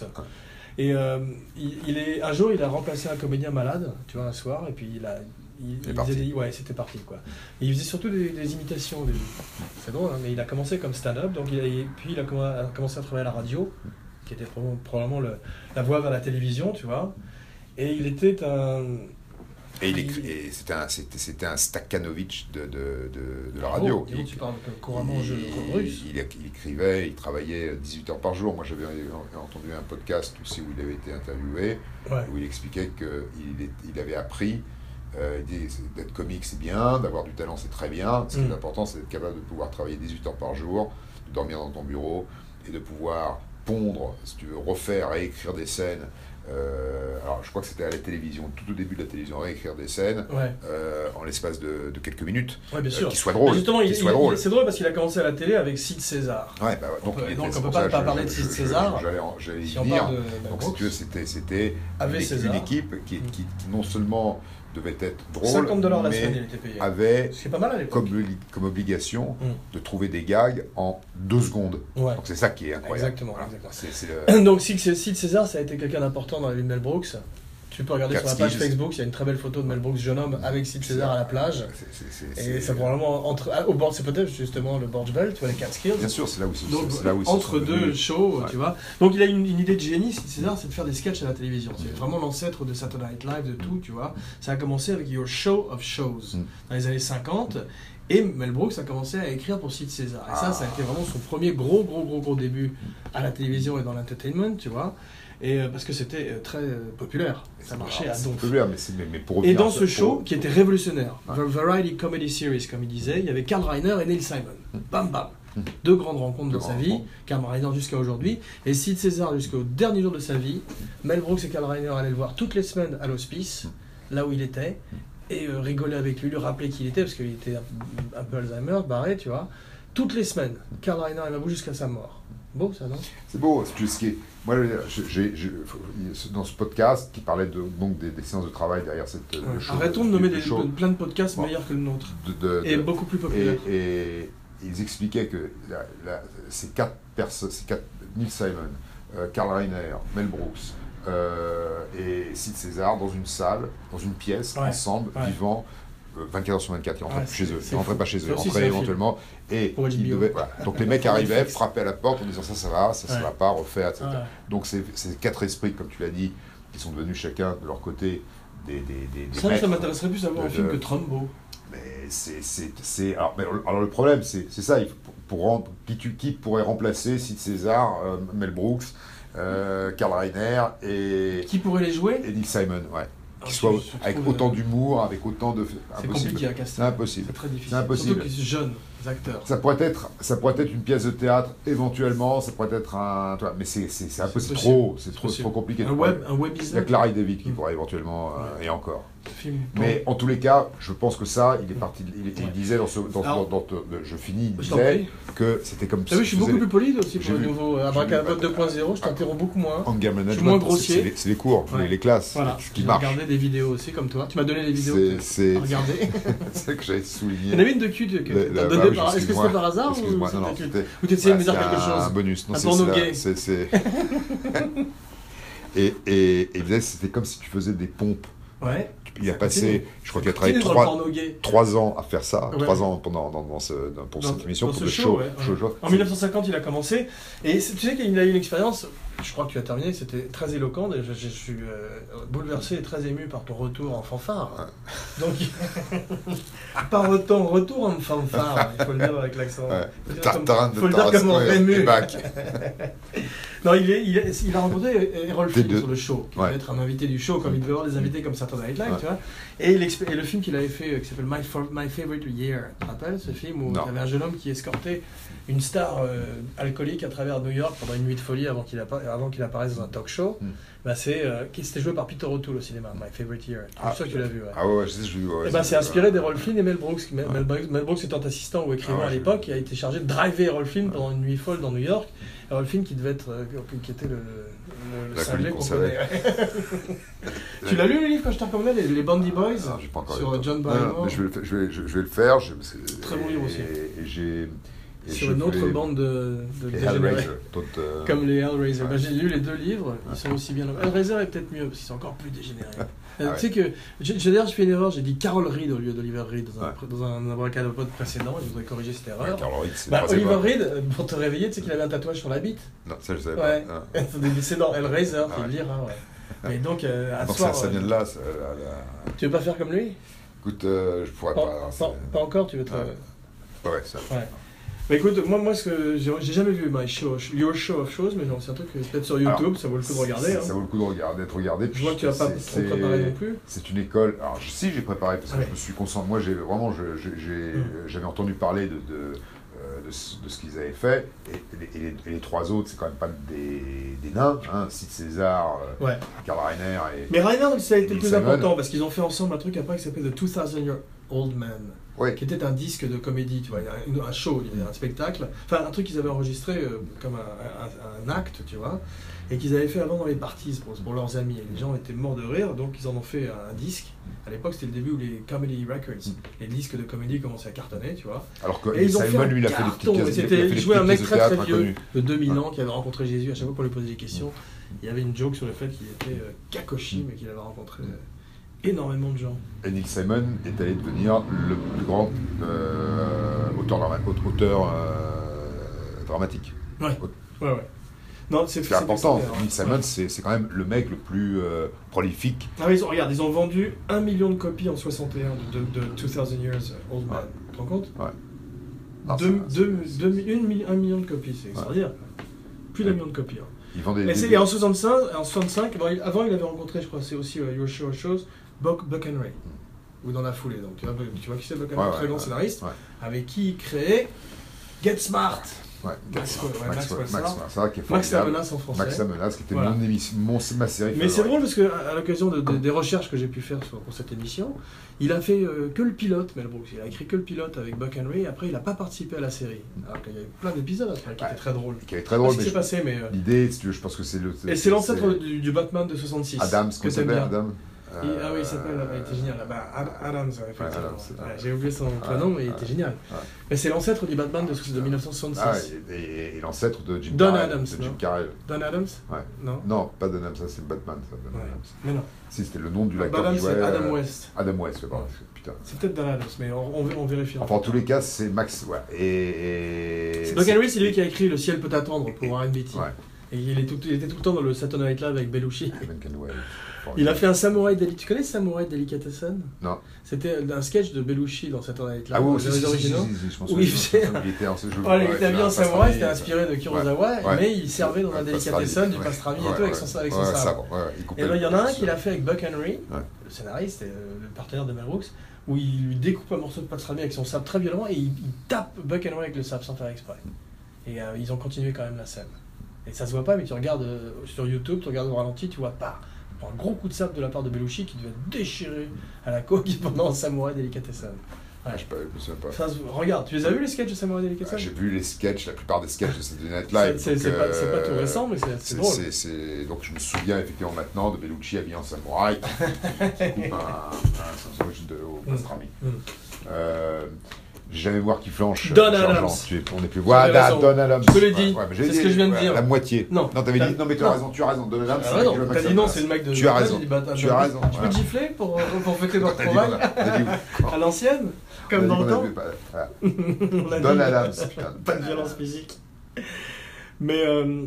S1: Et euh, il, il est, un jour, il a remplacé un comédien malade, tu vois, un soir, et puis il a. Il,
S2: est
S1: il
S2: parti.
S1: faisait des- ouais, c'était parti quoi. Et il faisait surtout des, des imitations au début. C'est drôle, hein, mais il a commencé comme stand-up, donc il a- et puis il a commen- a commencé à travailler à la radio, qui était probablement, probablement le- la voix vers la télévision, tu vois. Et il était un,
S2: Et, il écrit- et c'était un, c'était- c'était un Stakhanovitch de, de- de- de la
S1: Oh,
S2: radio.
S1: dis donc, tu parles que- couramment
S2: il,
S1: je- russe.
S2: il- il écrivait, il travaillait 18 heures par jour. Moi, j'avais en- entendu un podcast aussi où il avait été interviewé,
S1: Ouais.
S2: où il expliquait qu'il il avait appris. euh, il dit, c'est- d'être comique, c'est bien, d'avoir du talent, c'est très bien. Ce qui
S1: Mm.
S2: est important, c'est d'être capable de pouvoir travailler 18 heures par jour, de dormir dans ton bureau et de pouvoir pondre, si tu veux, refaire, réécrire des scènes. Euh, alors, je crois que c'était à la télévision, tout au début de la télévision, réécrire des scènes
S1: Ouais,
S2: euh, en l'espace de, de quelques minutes,
S1: ouais, bien
S2: euh,
S1: sûr.
S2: qui soit drôle.
S1: Mais justement, il,
S2: qui soit
S1: il-
S2: drôle.
S1: c'est drôle parce qu'il a commencé à la télé avec Sid César.
S2: Ouais, bah, donc,
S1: peut-
S2: il
S1: donc,
S2: était-
S1: on peut
S2: c'est
S1: pas-
S2: pour
S1: pas
S2: je-
S1: parler de
S2: je-
S1: Sid
S2: je-
S1: César.
S2: J'allais en- j'allais y
S1: Si on
S2: venir.
S1: parle de.
S2: Donc,
S1: Mel
S2: si tu veux,
S1: Brooks.
S2: c'était c'était
S1: Avec
S2: une,
S1: César.
S2: une équipe qui, qui- qui non seulement devait être drôle,
S1: 50 dollars la
S2: mais
S1: semaine, il était payé.
S2: avait
S1: C'est pas mal à l'époque.
S2: comme, obli- comme obligation
S1: Mm.
S2: de trouver des gags en deux secondes.
S1: Ouais.
S2: Donc c'est ça qui est incroyable.
S1: Exactement,
S2: Voilà.
S1: exactement. <coughs>
S2: C'est- c'est le-
S1: Donc si, si César, ça a été quelqu'un d'important dans la vie de Mel Brooks, tu peux regarder sur la
S2: Catskills.
S1: page Facebook, il y a une très belle photo de Mel Brooks, jeune homme, avec Sid César à la plage.
S2: c'est- c'est- c'est-
S1: Et
S2: c'est-
S1: ça probablement entre ah, au bord, c'est peut-être justement le Borge Belt, tu vois les Catskills.
S2: Bien sûr, c'est là où c'est
S1: Donc
S2: c'est là où ils se
S1: entre
S2: sont
S1: deux
S2: devenus.
S1: shows,
S2: Ouais.
S1: tu vois. Donc il a une, une idée de génie, Sid César, c'est de faire des sketchs à la télévision.
S2: Mm.
S1: C'est vraiment l'ancêtre de Saturday Night Live, de tout, tu vois. Ça a commencé avec Your Show of Shows
S2: Mm.
S1: dans les années 50. Et Mel Brooks a commencé à écrire pour Sid César. Et ça,
S2: Ah.
S1: ça a été vraiment son premier gros, gros, gros, gros début à la télévision et dans l'entertainment, tu vois. Et euh, parce que c'était euh, très euh, populaire. Ça marchait à
S2: C'est
S1: donf.
S2: populaire, mais c'est- mais- mais pour
S1: Et
S2: revenir
S1: dans
S2: à
S1: ce show,
S2: pour-
S1: qui était révolutionnaire,
S2: Ouais.
S1: The Variety Comedy Series, comme il disait, il y avait Carl Reiner et Neil Simon. Bam bam.
S2: Mm.
S1: Deux grandes rencontres
S2: Deux
S1: dans sa
S2: grandes
S1: vie.
S2: rencontres.
S1: Carl Reiner jusqu'à aujourd'hui. Et Sid César jusqu'au dernier jour de sa vie. Mel Brooks et Carl Reiner allaient le voir toutes les semaines à l'hospice,
S2: Mm.
S1: là où il était. Et euh, rigolaient avec lui, lui rappelaient qui il était, parce qu'il était un, un peu Alzheimer, barré, tu vois. Toutes les semaines, Carl Reiner et Mel Brooks jusqu'à sa mort. Beau ça, non
S2: C'est beau, c'est ce qui est- Moi, je- j'ai- je- faut- dans ce podcast qui parlait de- donc des, des séances de travail derrière cette. euh, le show-
S1: Arrêtons de
S2: le-
S1: nommer
S2: le
S1: des,
S2: show
S1: plein de podcasts
S2: Bon.
S1: meilleurs que le nôtre.
S2: de- de-
S1: Et
S2: de-
S1: beaucoup plus populaires.
S2: et, et ils expliquaient que la- la- ces quatre personnes, ces quatre, Neil Simon, euh, Karl Reiner, Mel Brooks euh, et Sid César dans une salle, dans une pièce,
S1: Ouais,
S2: ensemble,
S1: ouais.
S2: vivant. 24h sur 24, ils rentraient
S1: Ouais,
S2: plus chez
S1: c'est-
S2: eux,
S1: c'est
S2: ils rentraient
S1: fou.
S2: pas chez eux,
S1: Ça
S2: ils
S1: aussi,
S2: rentraient
S1: c'est un
S2: éventuellement. Et
S1: Pour
S2: ils
S1: HBO.
S2: devaient-
S1: <laughs>
S2: voilà. Donc les mecs
S1: Pour
S2: arrivaient,
S1: Netflix.
S2: frappaient à la porte en disant ça, ça va, ça, ça
S1: Ouais.
S2: va pas, refait, etc.
S1: Ouais.
S2: Donc ces, ces quatre esprits, comme tu l'as dit, qui sont devenus chacun de leur côté des, des, des, des
S1: Ça, ça
S2: maîtres.
S1: m'intéresserait plus à voir un
S2: de-
S1: film
S2: de-
S1: que Trumbo.
S2: Mais c'est. c'est- c'est- Alors, mais alors le problème, c'est c'est ça. il faut- Pour, pour rem- qui, tu- qui pourrait remplacer Sid César, euh, Mel Brooks, euh, Karl Reiner et,
S1: Qui pourrait les jouer
S2: et Neil Simon ouais.
S1: Ah,
S2: Qui
S1: je-
S2: soit
S1: je
S2: avec
S1: trouve,
S2: autant
S1: euh,
S2: d'humour, avec autant de.
S1: C'est
S2: impossible.
S1: compliqué à
S2: C'est
S1: caster.
S2: impossible.
S1: C'est très difficile.
S2: C'est impossible.
S1: Surtout qu'ils sont jeunes les acteurs.
S2: Ça pourrait, être, ça pourrait être une pièce de théâtre, éventuellement, ça pourrait être un. tu vois, Mais c'est c'est- c'est impossible.
S1: possible.
S2: Trop, c'est
S1: C'est
S2: trop,
S1: possible.
S2: trop compliqué.
S1: Un web, un web
S2: Il y a
S1: design,
S2: que Larry David qui
S1: Mm.
S2: pourrait éventuellement, euh, et encore.
S1: film.
S2: Mais en tous les cas, je pense que ça, il est parti. Il, il
S1: Ouais.
S2: disait dans ce. Dans,
S1: Alors-
S2: dans- dans- dans- je finis, il
S1: Je t'en
S2: disait
S1: prie.
S2: que c'était comme
S1: T'as vu, je suis beaucoup plus poli aussi pour
S2: J'ai
S1: le
S2: vu.
S1: nouveau euh,
S2: J'ai vu,
S1: Abracadabra
S2: bah,
S1: 2.0. Je t'interromps beaucoup moins.
S2: Anger
S1: Je suis
S2: management,
S1: moins
S2: c'est-
S1: grossier.
S2: c'est les, c'est les cours,
S1: Ouais.
S2: les, les classes,
S1: Voilà.
S2: ce qui
S1: J'ai
S2: marche.
S1: regardé des vidéos aussi, comme toi. Tu m'as donné les vidéos
S2: C'est
S1: que
S2: <laughs> c'est-
S1: t'as regardées.
S2: c'est ça que j'avais
S1: Il y en avait
S2: souligné.
S1: une de cul que
S2: Le-
S1: t'as
S2: le-
S1: donné
S2: bah oui,
S1: par... Est-ce que
S2: excuse-moi.
S1: c'était par hasard ou
S2: Excuse-moi, non, non,
S1: c'était-
S2: c'était.
S1: ou t'essayais de me dire
S2: Voilà,
S1: quelque
S2: c'est Un
S1: chose
S2: bonus. Non,
S1: Un
S2: c'est-
S1: porno
S2: c'est la-
S1: gay.
S2: c'est- c'est-
S1: <laughs>
S2: Et, et, et il disait, c'était comme si tu faisais des pompes.
S1: Ouais.
S2: Il a
S1: Ça
S2: passé, je crois qu'il a travaillé
S1: Continue dans le
S2: trois,
S1: porno gay.
S2: trois ans à faire ça,
S1: Ouais.
S2: trois ans pendant, dans, dans ce, dans- pour
S1: Dans-
S2: cette émission,
S1: dans
S2: pour
S1: ce
S2: le
S1: show,
S2: show.
S1: ouais,
S2: show-
S1: ouais.
S2: show.
S1: En 1950, il a commencé. Et c'est- tu sais qu'il a eu une expérience, je crois que tu as terminé, c'était très éloquent. et Je, je suis euh, bouleversé et très ému par ton retour en fanfare. Donc, <laughs> par ton retour en fanfare, il faut le dire avec l'accent.
S2: Ouais.
S1: Faut le dire comme-
S2: Tartarin de
S1: faut le dire comme en
S2: Tarascon et-
S1: rému.
S2: et Bach.
S1: Non, il, est, il, est- il a rencontré Errol
S2: T'es
S1: Flynn
S2: deux.
S1: sur le show, qui
S2: Ouais.
S1: devait être un invité du show, comme il devait avoir des invités comme Saturday Night Live,
S2: Ouais.
S1: tu vois. Et, il expé- et le film qu'il avait fait, euh, qui s'appelle My, Fa- My Favorite Year, tu te rappelles ce film où
S2: Non.
S1: il y avait un jeune homme qui escortait une star euh, alcoolique à travers New York pendant une nuit de folie avant qu'il appa- avant qu'il apparaisse dans un talk show
S2: Mm.
S1: bah, c'est, euh, qui C'était joué par Peter O'Toole au cinéma, My Favorite Year. Je suis
S2: Ah.
S1: sûr que tu l'as vu, ouais.
S2: Ah ouais, ouais, je sais, je l'ai vu, ouais,
S1: Eh
S2: ouais,
S1: ben,
S2: je
S1: c'est
S2: l'ai vu,
S1: inspiré
S2: ouais.
S1: d'Errol Flynn et Mel Brooks. Mel, Mel Brooks. Mel Brooks étant assistant ou écrivain
S2: Ah ouais,
S1: à
S2: j'ai-
S1: l'époque, il a été chargé de driver Errol Flynn pendant une nuit folle dans New York. Errol Flynn qui devait être, euh, qui était le, le, le
S2: La
S1: cinglé
S2: colique
S1: qu'on
S2: qu'on savait.
S1: connaît. <laughs> tu l'as lu le livre que je t'ai recommandé, les, les Bandy Boys
S2: Ah, j'ai pas encore
S1: sur euh,
S2: eu le temps.
S1: John
S2: Non, non,
S1: Barrymore
S2: mais je vais, le fa- je, vais, je, je vais le faire. Je, c'est-
S1: Très bon livre aussi.
S2: Et, et j'ai. et
S1: sur
S2: je
S1: une autre
S2: vais-
S1: bande de, de
S2: Les
S1: dégénérés.
S2: Hellraiser. d'autres, euh,
S1: Comme les Hellraiser.
S2: Ouais.
S1: Bah, j'ai lu les deux livres, ils sont aussi bien. Hellraiser est peut-être mieux parce qu'ils sont encore plus dégénérés. Euh,
S2: <laughs> Ah
S1: Tu sais que, j'ai- j'ai- d'ailleurs, je fais une erreur, j'ai dit Carol Reed au lieu d'Oliver Reed dans un,
S2: Ouais.
S1: pré- dans un abracadabra précédent, et je voudrais corriger cette
S2: ouais,
S1: erreur.
S2: Carl Reed, c'est
S1: Bah,
S2: pas- c'est
S1: Oliver
S2: pas-
S1: Reed, euh, pour te réveiller, tu sais qu'il avait un tatouage sur la bite.
S2: Non, ça, je savais
S1: Ouais.
S2: pas. Ah.
S1: C'est dans Hellraiser,
S2: Ah
S1: tu
S2: ouais.
S1: le liras, ouais. Mais donc, euh, un
S2: Donc, ça,
S1: soir,
S2: ça
S1: euh,
S2: vient de là. ça, là, là.
S1: tu veux pas faire comme lui
S2: Écoute, euh, je pourrais
S1: pas,
S2: pas.
S1: pas-
S2: c'est-
S1: pas encore, tu veux te... euh,
S2: Ouais. Ouais, ça.
S1: Ouais. Bah Ah. écoute, moi, moi ce que j'ai j'ai jamais vu My Show, Your Show of Shows, mais genre, c'est un truc que peut-être sur YouTube,
S2: Alors,
S1: ça vaut le coup de regarder.
S2: Ça,
S1: hein.
S2: ça vaut le coup de regarder, de regarder.
S1: Je
S2: puis
S1: vois que tu vas pas
S2: c'est-
S1: trop
S2: c'est-
S1: préparé non plus.
S2: C'est une école. Alors je- si j'ai préparé parce que
S1: Ouais.
S2: je me suis concentré. Moi j'ai vraiment, je- je- j'ai-
S1: Mm.
S2: j'avais entendu parler de de, euh, de ce de ce qu'ils avaient fait et, et les, et les trois autres c'est quand même pas des, des nains. Hein, Sid César, euh,
S1: Ouais.
S2: Karl Reiner et
S1: Mais Reiner, ça a été le
S2: Neil
S1: plus
S2: Simon.
S1: important parce qu'ils ont fait ensemble un truc après qui s'appelle The 2000 Year Old Man,
S2: Oui.
S1: qui était un disque de comédie, tu vois, il y a une- un show, il y a un spectacle, enfin un truc qu'ils avaient enregistré euh, comme un, un- un acte, tu vois, et qu'ils avaient fait avant dans les parties pour, pour leurs amis. Et les gens étaient morts de rire, donc ils en ont fait un disque. À l'époque, c'était le début où les comedy records, les disques de comédie commençaient à cartonner, tu vois.
S2: Alors que
S1: Et ils ont fait
S2: Simon,
S1: un
S2: lui, il a fait des
S1: carton.
S2: petites
S1: et
S2: pièces- il a
S1: C'était,
S2: fait
S1: il
S2: des
S1: jouait un
S2: petites
S1: mec
S2: pièces de
S1: très très
S2: théâtre
S1: vieux,
S2: inconnues.
S1: de 2000
S2: Ouais.
S1: ans, qui avait rencontré Jésus. À chaque fois qu'on lui posait des questions, il y avait une joke sur le fait qu'il était euh,
S2: Mm.
S1: Kakoshi, mais qu'il avait rencontré euh, énormément de gens.
S2: Et Neil Simon est allé devenir le plus grand euh, auteur, drama- aute- auteur, euh, dramatique.
S1: Ouais, ouais. Non, c'est hein.
S2: C'est important.
S1: c'est-
S2: Neil Simon, c'est c'est quand même le mec le plus euh, prolifique.
S1: Ah, mais ils ont- regarde, ils ont vendu 1 million de copies en 61 de, de, de 2000 Years euh, Old Man.
S2: Ouais.
S1: Tu te rends compte
S2: Non,
S1: deux,
S2: c'est-
S1: deux, deux, une mi- un million de copies, c'est extraordinaire. Plus d'un million de copies. hein.
S2: Ils vendent des,
S1: Et, c'est-
S2: des-
S1: et en 65, en 65 bon, il- avant il avait rencontré, je crois, c'est aussi euh, Your Show Shows, Buck, Buck and Ray, ou dans la foulée. Donc tu vois, tu vois qui c'est Buck and
S2: Ouais,
S1: Ray,
S2: ouais,
S1: très grand
S2: ouais.
S1: scénariste,
S2: Ouais.
S1: avec qui il créait Get Smart.
S2: Ouais,
S1: Maxwell, ouais,
S2: Maxwell,
S1: Maxwell,
S2: Maxwell, ça, qui est
S1: Max
S2: formidable.
S1: Lamelas en français.
S2: Max Amenas, qui était
S1: Voilà.
S2: mon émission, mon, ma série.
S1: Mais c'est
S2: favorite.
S1: drôle parce que à à l'occasion de- de- des recherches que j'ai pu faire sur- pour cette émission, il a fait euh, que le pilote, Mel Brooks. Il a écrit que le pilote avec Buck Henry. Après, il n'a pas participé à la série. Alors qu'il y a eu plein d'épisodes après qui
S2: Ouais.
S1: étaient très drôles.
S2: Qui est très
S1: Je sais pas
S2: drôle,
S1: ce qui
S2: mais
S1: s'est
S2: je-
S1: passé, mais. euh,
S2: l'idée, si tu veux, je pense que c'est le.
S1: Et c'est l'ancêtre du, du Batman de 66.
S2: Adam, ce
S1: que
S2: qu'on
S1: t'aimes
S2: s'appelle
S1: bien.
S2: Adam.
S1: Il-
S2: Euh,
S1: ah oui, il s'appelle, il était génial. Ah bah, Ad- Adams, effectivement.
S2: Ouais, Adams, c'est-
S1: Ouais, J'ai oublié son prénom, mais il était
S2: ouais,
S1: génial.
S2: ouais.
S1: Mais c'est l'ancêtre du Batman de, de 1966.
S2: Ah, et, et- et l'ancêtre de Jim
S1: Don
S2: Carrey.
S1: Adams,
S2: de Jim
S1: non
S2: Carrey.
S1: Don Adams
S2: Ouais.
S1: Non
S2: Non, pas Don Adams, ça c'est Batman. Ça, Don
S1: Ouais.
S2: Adams.
S1: Mais non.
S2: Si, c'était le nom du
S1: Don
S2: l'acteur
S1: Adams,
S2: qui jouait.
S1: c'est Adam
S2: euh,
S1: West.
S2: Adam West, ouais, pardon, putain.
S1: C'est peut-être Don Adams, mais on, on, on vérifiera.
S2: Enfin, en tous les cas, c'est Max. Ouais. Et. et-
S1: Buck Henry, c'est lui qui a écrit Le ciel peut attendre pour Warren Beatty.
S2: Ouais,
S1: Et il, est tout- il était tout le temps dans le Saturday Night Live avec Belushi.
S2: Kevin Conway.
S1: Il a fait un Samouraï Delicatessen. Tu connais Samouraï Delicatessen
S2: Non.
S1: C'était un sketch de Belushi dans Saturday Night Live.
S2: Ah oui,
S1: dans
S2: si,
S1: les
S2: si, si, si,
S1: originaux.
S2: si, si, je pense
S1: Où
S2: que
S1: il
S2: je-
S1: faisait-
S2: il était en- je-
S1: <laughs>
S2: je-
S1: Voilà, il
S2: ouais,
S1: était habillé en
S2: pastrami,
S1: samouraï, c'était
S2: ouais.
S1: inspiré de Kurosawa,
S2: Ouais.
S1: mais il servait dans
S2: Ouais,
S1: un
S2: pastrami,
S1: délicatessen, du
S2: ouais.
S1: pastrami et
S2: Ouais,
S1: tout avec
S2: ouais,
S1: son, avec
S2: ouais,
S1: son sabre.
S2: ouais, ouais, il coupait
S1: Et là, il y en a un
S2: le-
S1: qui l'a fait avec Buck Henry,
S2: Ouais.
S1: le scénariste et euh, le partenaire de Mel Brooks, où il lui découpe un morceau de pastrami avec son sabre très violemment et il, il tape Buck Henry avec le sabre sans faire exprès. Et euh, ils ont continué quand même la scène. Et ça se voit pas, mais tu regardes euh, sur YouTube, tu regardes au ralenti, tu vois pas. Un gros coup de sabre de la part de Belushi qui devait être déchiré à la coque <laughs> pendant Samouraï Delicatessen.
S2: Ah, je sais pas, je me souviens pas.
S1: Ça se- regarde, tu les as vus les sketchs de Samouraï
S2: Ah,
S1: Delicatessen
S2: J'ai vu les sketchs, la plupart des sketchs de Saturday Night
S1: C'est
S2: Live.
S1: c'est-
S2: donc,
S1: c'est pas, c'est pas tout
S2: euh,
S1: récent, mais c'est- c'est
S2: c'est-
S1: drôle.
S2: c'est- c'est- Donc je me souviens effectivement maintenant de Bellucci habillé en samouraï qui coupe un, un sandwich de, au pastrami.
S1: Mm.
S2: Euh, j'ai jamais voir qui flanche.
S1: Don
S2: euh, cher
S1: Adams.
S2: Jean, tu es- on est plus.
S1: avais
S2: Voilà,
S1: raison.
S2: Don Adams.
S1: Je te l'ai dit.
S2: mais j'ai
S1: C'est ce
S2: dit,
S1: que je viens de
S2: ouais,
S1: dire.
S2: La moitié.
S1: Non.
S2: Non, t'avais
S1: T'as-
S2: dit. Non, mais tu as
S1: non.
S2: raison, tu as raison. Don Adams.
S1: Ah
S2: c'est
S1: ouais,
S2: le
S1: non,
S2: mec qui
S1: t'as
S2: joue
S1: dit non,
S2: Max
S1: c'est le mec de.
S2: Tu as
S1: Batman,
S2: raison.
S1: il dit Batman.
S2: Tu as raison,
S1: Je me
S2: voilà.
S1: giflais pour, euh, pour fêter
S2: Adams.
S1: notre
S2: T'as dit
S1: travail
S2: Don-
S1: <laughs>
S2: t'as dit-
S1: à l'ancienne,
S2: t'as
S1: comme
S2: dit
S1: dans
S2: qu'on
S1: le temps.
S2: avait pas- voilà.
S1: On a
S2: Don
S1: dit-
S2: Adams, putain.
S1: <laughs> Pas de violence physique. Mais euh,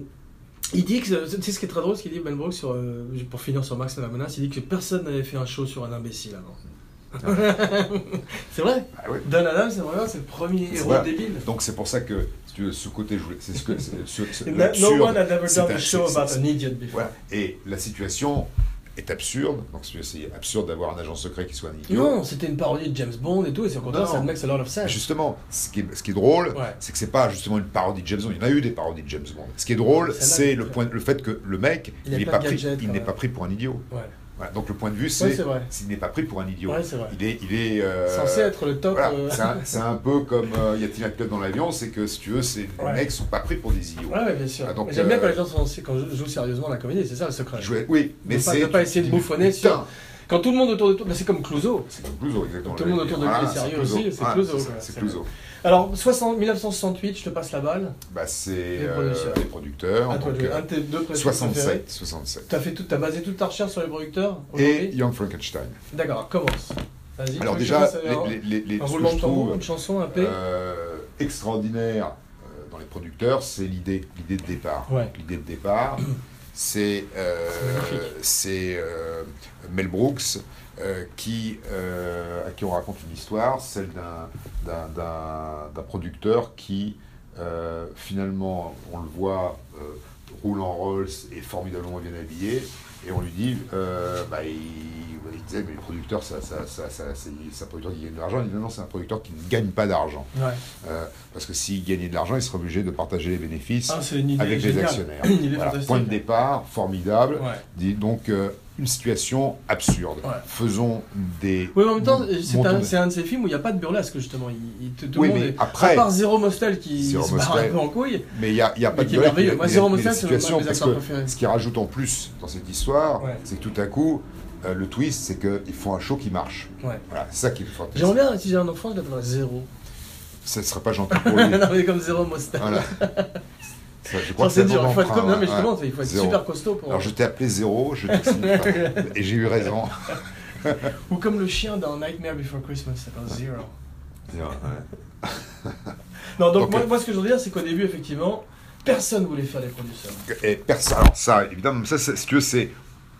S1: il dit que. Tu sais ce qui est très drôle, ce qu'il dit Mel Brooks, sur, euh, pour finir sur Max et la menace, il dit que personne n'avait fait un show sur un imbécile avant. <laughs> c'est vrai,
S2: Ah ouais.
S1: Don Adams, c'est vraiment c'est le premier
S2: C'est
S1: héros
S2: vrai.
S1: débile.
S2: Donc c'est pour ça que si tu veux, ce côté joué, c'est ce que c'est- ce- ce-
S1: No
S2: l'absurde,
S1: one had ever
S2: c'est
S1: done
S2: un-
S1: a show
S2: c'est-
S1: about
S2: c'est-
S1: an idiot before.
S2: voilà. Et la situation est absurde. Donc si tu veux, c'est absurde d'avoir un agent secret qui soit un idiot.
S1: Non, c'était une parodie de James Bond et tout, et c'est au contraire,
S2: Non.
S1: ça admet que c'est Lord of
S2: Mais
S1: Sage.
S2: Justement, ce qui est, ce qui est drôle,
S1: Ouais.
S2: c'est que c'est pas justement une parodie de James Bond. Il y en a eu des parodies de James Bond. Ce qui est drôle,
S1: Celle-là,
S2: c'est
S1: elle-
S2: le point, le fait que le mec,
S1: Il
S2: il
S1: a
S2: n'est
S1: pas
S2: pas
S1: de
S2: pris,
S1: gadget,
S2: il
S1: quand
S2: n'est
S1: même.
S2: pas pris pour un idiot.
S1: Ouais,
S2: Voilà. Donc le point de vue,
S1: Ouais,
S2: c'est
S1: c'est vrai.
S2: s'il n'est pas pris pour un idiot.
S1: Ouais, c'est vrai.
S2: Il est, il est euh,
S1: Censé être le top.
S2: voilà.
S1: euh,
S2: C'est un, c'est un peu comme euh, y a-t-il un pilote dans l'avion, c'est que si tu veux, c'est
S1: Ouais.
S2: les mecs sont pas pris pour des idiots.
S1: <laughs> Ouais, ouais, bien sûr.
S2: Ah, donc,
S1: Mais J'aime bien
S2: euh,
S1: quand les gens sont lancés, quand je joue sérieusement à la comédie, c'est ça le secret.
S2: Jouer- Oui, mais
S1: Ne pas-
S2: c'est.
S1: ne pas essayer de
S2: tu dis,
S1: bouffonner
S2: putain,
S1: sur- Quand tout le monde autour de toi, bah, c'est comme Clouseau.
S2: C'est comme Clouseau, exactement.
S1: Tout le monde autour de lui est
S2: Voilà,
S1: sérieux
S2: Clouseau.
S1: aussi, c'est
S2: Voilà,
S1: Clouseau,
S2: c'est-
S1: quoi.
S2: C'est
S1: C'est-
S2: Clouseau.
S1: Alors, 60 1968, je te passe la balle.
S2: Bah, c'est
S1: Les
S2: euh,
S1: producteurs.
S2: les producteurs.
S1: à toi de
S2: donc,
S1: jouer.
S2: euh,
S1: Un de tes deux préférés.
S2: 67, 67.
S1: T'as fait tout, t'as basé toute ta recherche sur les producteurs
S2: Et
S1: aujourd'hui.
S2: Young Frankenstein.
S1: D'accord, alors, commence. Vas-y.
S2: Alors
S1: faut que je
S2: déjà,
S1: fasse, euh,
S2: les, les, les,
S1: un
S2: ce
S1: roulement
S2: que je
S1: de tambour,
S2: trouve
S1: une chanson, un P.
S2: euh, extraordinaire euh, dans les producteurs, c'est l'idée, l'idée de départ.
S1: Ouais.
S2: L'idée de départ, c'est euh,
S1: C'est magnifique.
S2: c'est euh, Mel Brooks euh, qui euh, à qui on raconte une histoire, celle d'un d'un- d'un d'un producteur qui euh, finalement, on le voit, euh, roule en Rolls et formidablement bien habillé, et on lui dit, euh, bah, il, disait, mais le producteur, ça, ça, ça, ça, c'est c'est un producteur qui gagne de l'argent. Il dit, non, non, c'est un producteur qui ne gagne pas d'argent.
S1: Ouais.
S2: Euh, parce que s'il gagnait de l'argent, il serait obligé de partager les bénéfices
S1: Ah, c'est une idée
S2: avec
S1: géniale.
S2: les
S1: <clears throat> <laughs>
S2: actionnaires.
S1: Une idée
S2: Voilà,
S1: fantastique.
S2: Point de départ, formidable.
S1: Ouais.
S2: Dis donc, euh, une situation absurde.
S1: Ouais.
S2: Faisons des.
S1: Oui, mais en même temps,
S2: montons
S1: c'est un,
S2: des-
S1: c'est un de ces films où il n'y a pas de burlesque, justement. Il, il te, tout
S2: Oui,
S1: le monde
S2: mais
S1: est-
S2: après-
S1: À part Zéro Mostel qui
S2: Zéro
S1: se barre un
S2: Mostel.
S1: peu en couille.
S2: Mais il n'y a, il y a pas
S1: Mais
S2: de
S1: qui est
S2: blague,
S1: merveilleux.
S2: mais-
S1: Moi,
S2: mais-
S1: Zéro
S2: mais
S1: Mostel,
S2: la
S1: c'est mon-
S2: situation,
S1: mes
S2: parce
S1: acteurs
S2: que
S1: préférés.
S2: ce qui rajoute en plus dans cette histoire,
S1: Ouais.
S2: c'est que tout à coup, euh, le twist, c'est qu'ils font un show qui marche.
S1: Ouais.
S2: Voilà, c'est ça qui est fantastique.
S1: J'aimerais bien, si j'ai un enfant, je l'appellerais Zéro.
S2: Ça ne serait pas gentil pour lui.
S1: <laughs> non, mais comme Zéro Mostel.
S2: voilà. Ça, je crois
S1: Ça,
S2: que
S1: c'est
S2: un
S1: dur.
S2: bon
S1: Il faut être
S2: emprunt,
S1: comme- Non, mais
S2: ouais.
S1: justement, il faut être
S2: Zéro.
S1: super costaud pour.
S2: Alors je t'ai appelé Zéro, je te signe pas.
S1: <laughs>
S2: et j'ai eu raison.
S1: Ou comme le chien dans Nightmare Before Christmas, ça s'appelle Zero.
S2: Zéro, ouais.
S1: Non, donc
S2: Ok.
S1: moi, moi, ce que je veux dire, c'est qu'au début, effectivement, personne voulait faire les producteurs.
S2: Et personne. Alors ça, évidemment, ça, c'est- si tu veux, c'est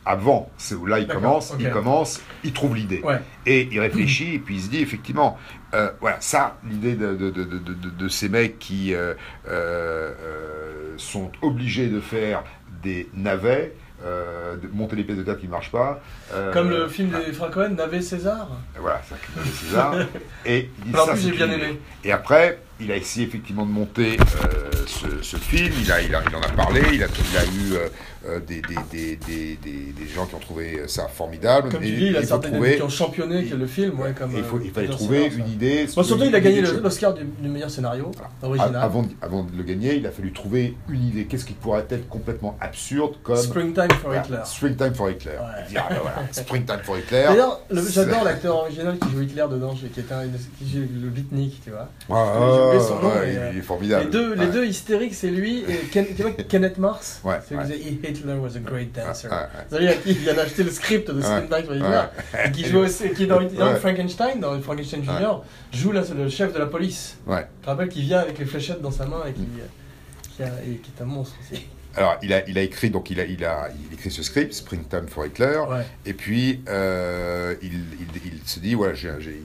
S2: avant. C'est où là, il
S1: D'accord,
S2: commence, il
S1: ok.
S2: commence, il trouve l'idée.
S1: Ouais.
S2: Et il réfléchit, et puis il se dit, effectivement, euh, voilà, ça, l'idée de, de, de, de, de- de ces mecs qui euh, euh, euh, sont obligés de faire des navets, euh, de monter les pièces de théâtre qui ne marchent pas. euh,
S1: Comme le film des Francoen, Navet César.
S2: Voilà, ça, c'est le
S1: <laughs>
S2: César. et il dit,
S1: Alors, en
S2: ça,
S1: plus,
S2: c'est
S1: j'ai bien
S2: une idée.
S1: aimé.
S2: Et après, il a essayé effectivement de monter euh, ce, ce film, il, a, il, a- il en a parlé, il a, il a eu euh, euh, des, des, des, des, des- des gens qui ont trouvé euh, ça formidable.
S1: Comme
S2: mais
S1: tu dis, il a
S2: faut
S1: certaines
S2: trouver-
S1: qui ont championné que le film, ouais, comme.
S2: et il, faut, il
S1: euh,
S2: fallait
S1: Peter
S2: trouver
S1: Sellers,
S2: une
S1: ouais.
S2: idée.
S1: Bon, surtout, il a
S2: une
S1: gagné
S2: idée Ah.
S1: le-
S2: de-
S1: l'Oscar du, du meilleur scénario
S2: A-
S1: original.
S2: Avant, de- avant de le gagner, il a fallu trouver une idée. Qu'est-ce qui pourrait être complètement absurde comme
S1: Springtime for
S2: Voilà,
S1: Hitler.
S2: Springtime for Hitler.
S1: Ouais.
S2: Il dit, ah, ben voilà, Springtime for Hitler.
S1: D'ailleurs, le-
S2: c'est-
S1: j'adore l'acteur original qui joue Hitler dedans, qui est un, qui joue le beatnik, tu vois.
S2: Ouais, ouais,
S1: j'ai oublié son nom,
S2: ouais,
S1: mais,
S2: il-
S1: euh,
S2: il est formidable.
S1: Les deux, les
S2: Ouais.
S1: deux hystériques, c'est lui et Ken- tu vois, Kenneth Mars.
S2: Ouais,
S1: C'est lui qui disait Hitler was a great dancer.
S2: Ouais, ouais.
S1: C'est lui à qui il vient d'acheter le script de Springtime for Hitler.
S2: Ouais.
S1: Et qui joue aussi, qui dans, dans
S2: Ouais.
S1: Frankenstein, dans Frankenstein Junior, joue la- le chef de la police.
S2: Ouais.
S1: Je te rappelle qu'il vient avec les fléchettes dans sa main et qui, qui, a- et qui est un monstre aussi.
S2: Alors, il a, il a écrit donc il a, il a, il écrit ce script, Springtime for Hitler,
S1: Ouais.
S2: et puis euh, il, il, il se dit voilà, j'ai, j'ai-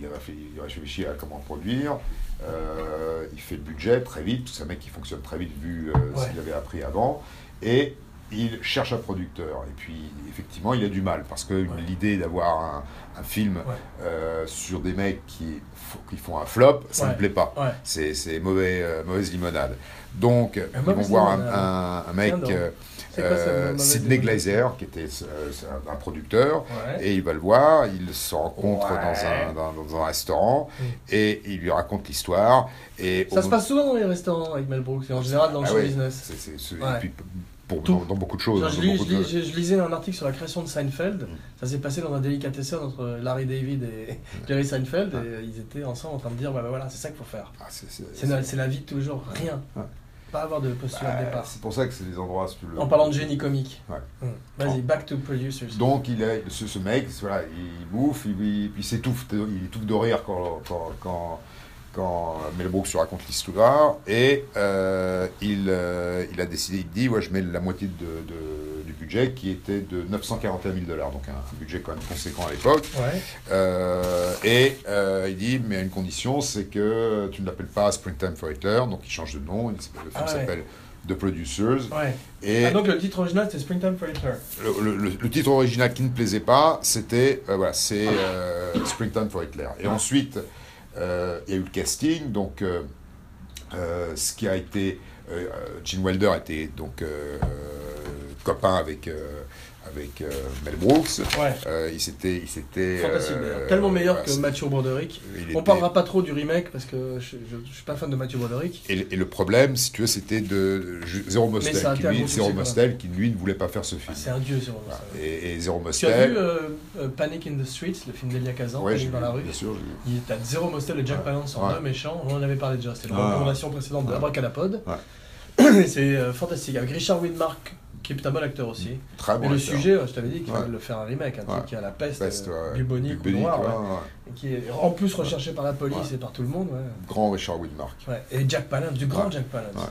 S2: il, réfléchit, il réfléchit à comment produire. euh, il fait le budget très vite, c'est un mec qui fonctionne très vite vu euh,
S1: Ouais.
S2: ce qu'il avait appris avant, et il cherche un producteur. Et puis effectivement, il a du mal parce que
S1: Ouais.
S2: l'idée d'avoir un, un film
S1: Ouais.
S2: euh, sur des mecs qui, f- qui font un flop, ça ne
S1: Ouais.
S2: me plaît pas.
S1: Ouais.
S2: C'est c'est mauvais, euh, mauvaise limonade. Donc, ils vont
S1: mauvaise
S2: voir un,
S1: limonade.
S2: un- un mec,
S1: Tiens donc.
S2: euh,
S1: C'est quoi ça,
S2: euh,
S1: mauvaise
S2: Sidney
S1: limonade
S2: Glazer, qui était euh, c'est un- un producteur,
S1: Ouais.
S2: et il va le voir, il se rencontre
S1: Ouais.
S2: dans, un, dans, dans un restaurant,
S1: Mm.
S2: et il lui raconte l'histoire. Et au
S1: Ça se
S2: moment-
S1: passe souvent dans les restaurants avec Mel Brooks, et en général dans le
S2: Ah
S1: show
S2: ouais,
S1: business.
S2: c'est- c'est- c'est-
S1: Ouais.
S2: et puis, pour,
S1: Tout.
S2: dans, dans beaucoup de choses.
S1: Genre,
S2: hein,
S1: je,
S2: dans
S1: lis- je
S2: beaucoup de- Mm.
S1: lis- je- je lisais un article sur la création de Seinfeld. Ça s'est passé dans un délicatessen entre Larry David et Jerry Seinfeld. Et euh, ils étaient ensemble en train de dire bah, bah, voilà, c'est ça qu'il faut faire.
S2: Ah, c'est- Ah. c'est-
S1: C'est la, c'est la vie de toujours, rien.
S2: Ouais.
S1: Pas avoir de postulat de
S2: Ah,
S1: départ.
S2: c'est pour ça que c'est des endroits. si tu veux-
S1: En parlant de génie comique.
S2: Ouais.
S1: Hum. Vas-y, back to producers.
S2: Donc il est, ce, ce mec, voilà, il bouffe, il, il- il s'étouffe, il étouffe de rire quand, quand, quand, quand Mel Brooks lui raconte l'histoire. Et euh, il, euh, il a décidé, il dit, ouais, je mets la moitié de, de- du budget qui était de 941 000 dollars, donc un, un budget quand même conséquent à l'époque.
S1: Ouais.
S2: Euh, et euh, il dit, mais à une condition, c'est que tu ne l'appelles pas Springtime for Hitler, donc il change de nom, il s'appelle- le film
S1: Ah ouais.
S2: s'appelle The Producers.
S1: ouais.
S2: Et
S1: Ah, donc le titre original c'est Springtime for Hitler.
S2: le, le- le- le titre original qui ne plaisait pas, c'était euh, voilà, c'est euh, Springtime for Hitler. Et ensuite, euh, il y a eu le casting. Donc, euh, euh, ce qui a été, euh, euh, Gene Wilder était donc euh, euh, copain avec euh, avec euh, Mel Brooks.
S1: Ouais.
S2: Euh, il s'était, il s'était
S1: Fantastique
S2: euh,
S1: d'ailleurs. Tellement meilleur
S2: voilà,
S1: que
S2: c'est-
S1: Mathieu Broderick. On
S2: il était-
S1: parlera pas trop du remake parce que je, je, je suis pas fan de Mathieu Broderick.
S2: Et, et le problème, si tu veux, c'était de ju- Zéro Mostel,
S1: ça a
S2: qui
S1: été un
S2: lui,
S1: gros
S2: Zéro
S1: succès, quand
S2: Mostel, qui lui ne voulait pas faire ce
S1: Ah,
S2: film.
S1: c'est un dieu, c'est vraiment
S2: Voilà.
S1: ça.
S2: et, et Zéro
S1: Tu as
S2: Mostel.
S1: vu euh, euh, Panic in the Streets, le film d'Elia Kazan,
S2: Ouais,
S1: Panic
S2: j'ai
S1: dans
S2: vu,
S1: la rue
S2: Bien sûr, j'ai vu.
S1: Il est à zéro Mostel et Jack
S2: Ouais.
S1: Palance en
S2: Ouais.
S1: deux méchants. On en avait parlé déjà, c'était la
S2: Ouais.
S1: recommandation précédente de
S2: Ouais.
S1: Abracadapod. Et <clears throat> c'est euh, fantastique. Avec Richard Widmark, qui est un bon acteur aussi.
S2: Très Mm. bon.
S1: Mais le
S2: acteur.
S1: sujet, euh, je t'avais dit qu'il
S2: Ouais.
S1: voulait le faire un remake, un
S2: Ouais.
S1: truc qui a la peste,
S2: Peste,
S1: euh,
S2: ouais.
S1: bubonique, ou
S2: Bubonique,
S1: noire,
S2: ouais,
S1: ouais.
S2: ouais.
S1: et qui est en plus recherché par la police
S2: Ouais.
S1: et par tout le monde. ouais.
S2: Grand Richard Widmark.
S1: Ouais. Et Jack Palance, du grand
S2: Ouais.
S1: Jack Palance.
S2: Ouais.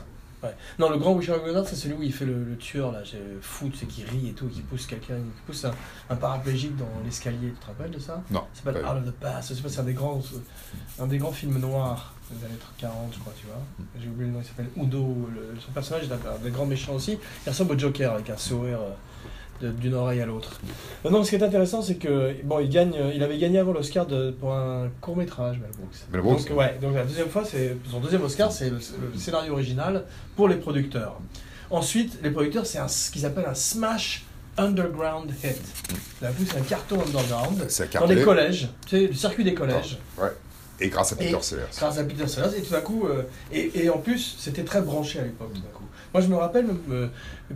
S1: Ouais. Non, le grand Richard Williams, c'est celui où il fait le, le tueur, là, j'ai- fou, tu sais, qui rit et tout, qui pousse quelqu'un, qui pousse un, un paraplégique dans l'escalier, tu te rappelles de ça
S2: Non.
S1: Ça s'appelle
S2: pas
S1: Out of the Past, je sais pas, c'est un des grands, euh, un des grands films noirs des années 40, je crois, tu vois. J'ai oublié le nom, il s'appelle Udo, le- son personnage est un, un des grands méchants aussi. Il ressemble au Joker avec un sourire euh, de- d'une oreille à l'autre. Euh, non, ce qui est intéressant, c'est que bon, il gagne, euh, il avait gagné avant l'Oscar de- pour un court métrage, Mel Brooks.
S2: Mel Brooks.
S1: Donc, ouais, donc la deuxième fois, c'est son deuxième Oscar, c'est le, le scénario original pour les producteurs. Ensuite, les producteurs, c'est un- ce qu'ils appellent un smash underground hit. D'un coup, c'est un carton underground
S2: Ça a
S1: dans les
S2: cartonné.
S1: collèges, tu sais, le circuit des collèges.
S2: Et grâce à Peter
S1: Et-
S2: Sellers.
S1: Grâce à Peter Sellers, et tout à coup, euh, et, et en plus, c'était très branché à l'époque, tout à coup. Moi, je me rappelle, euh,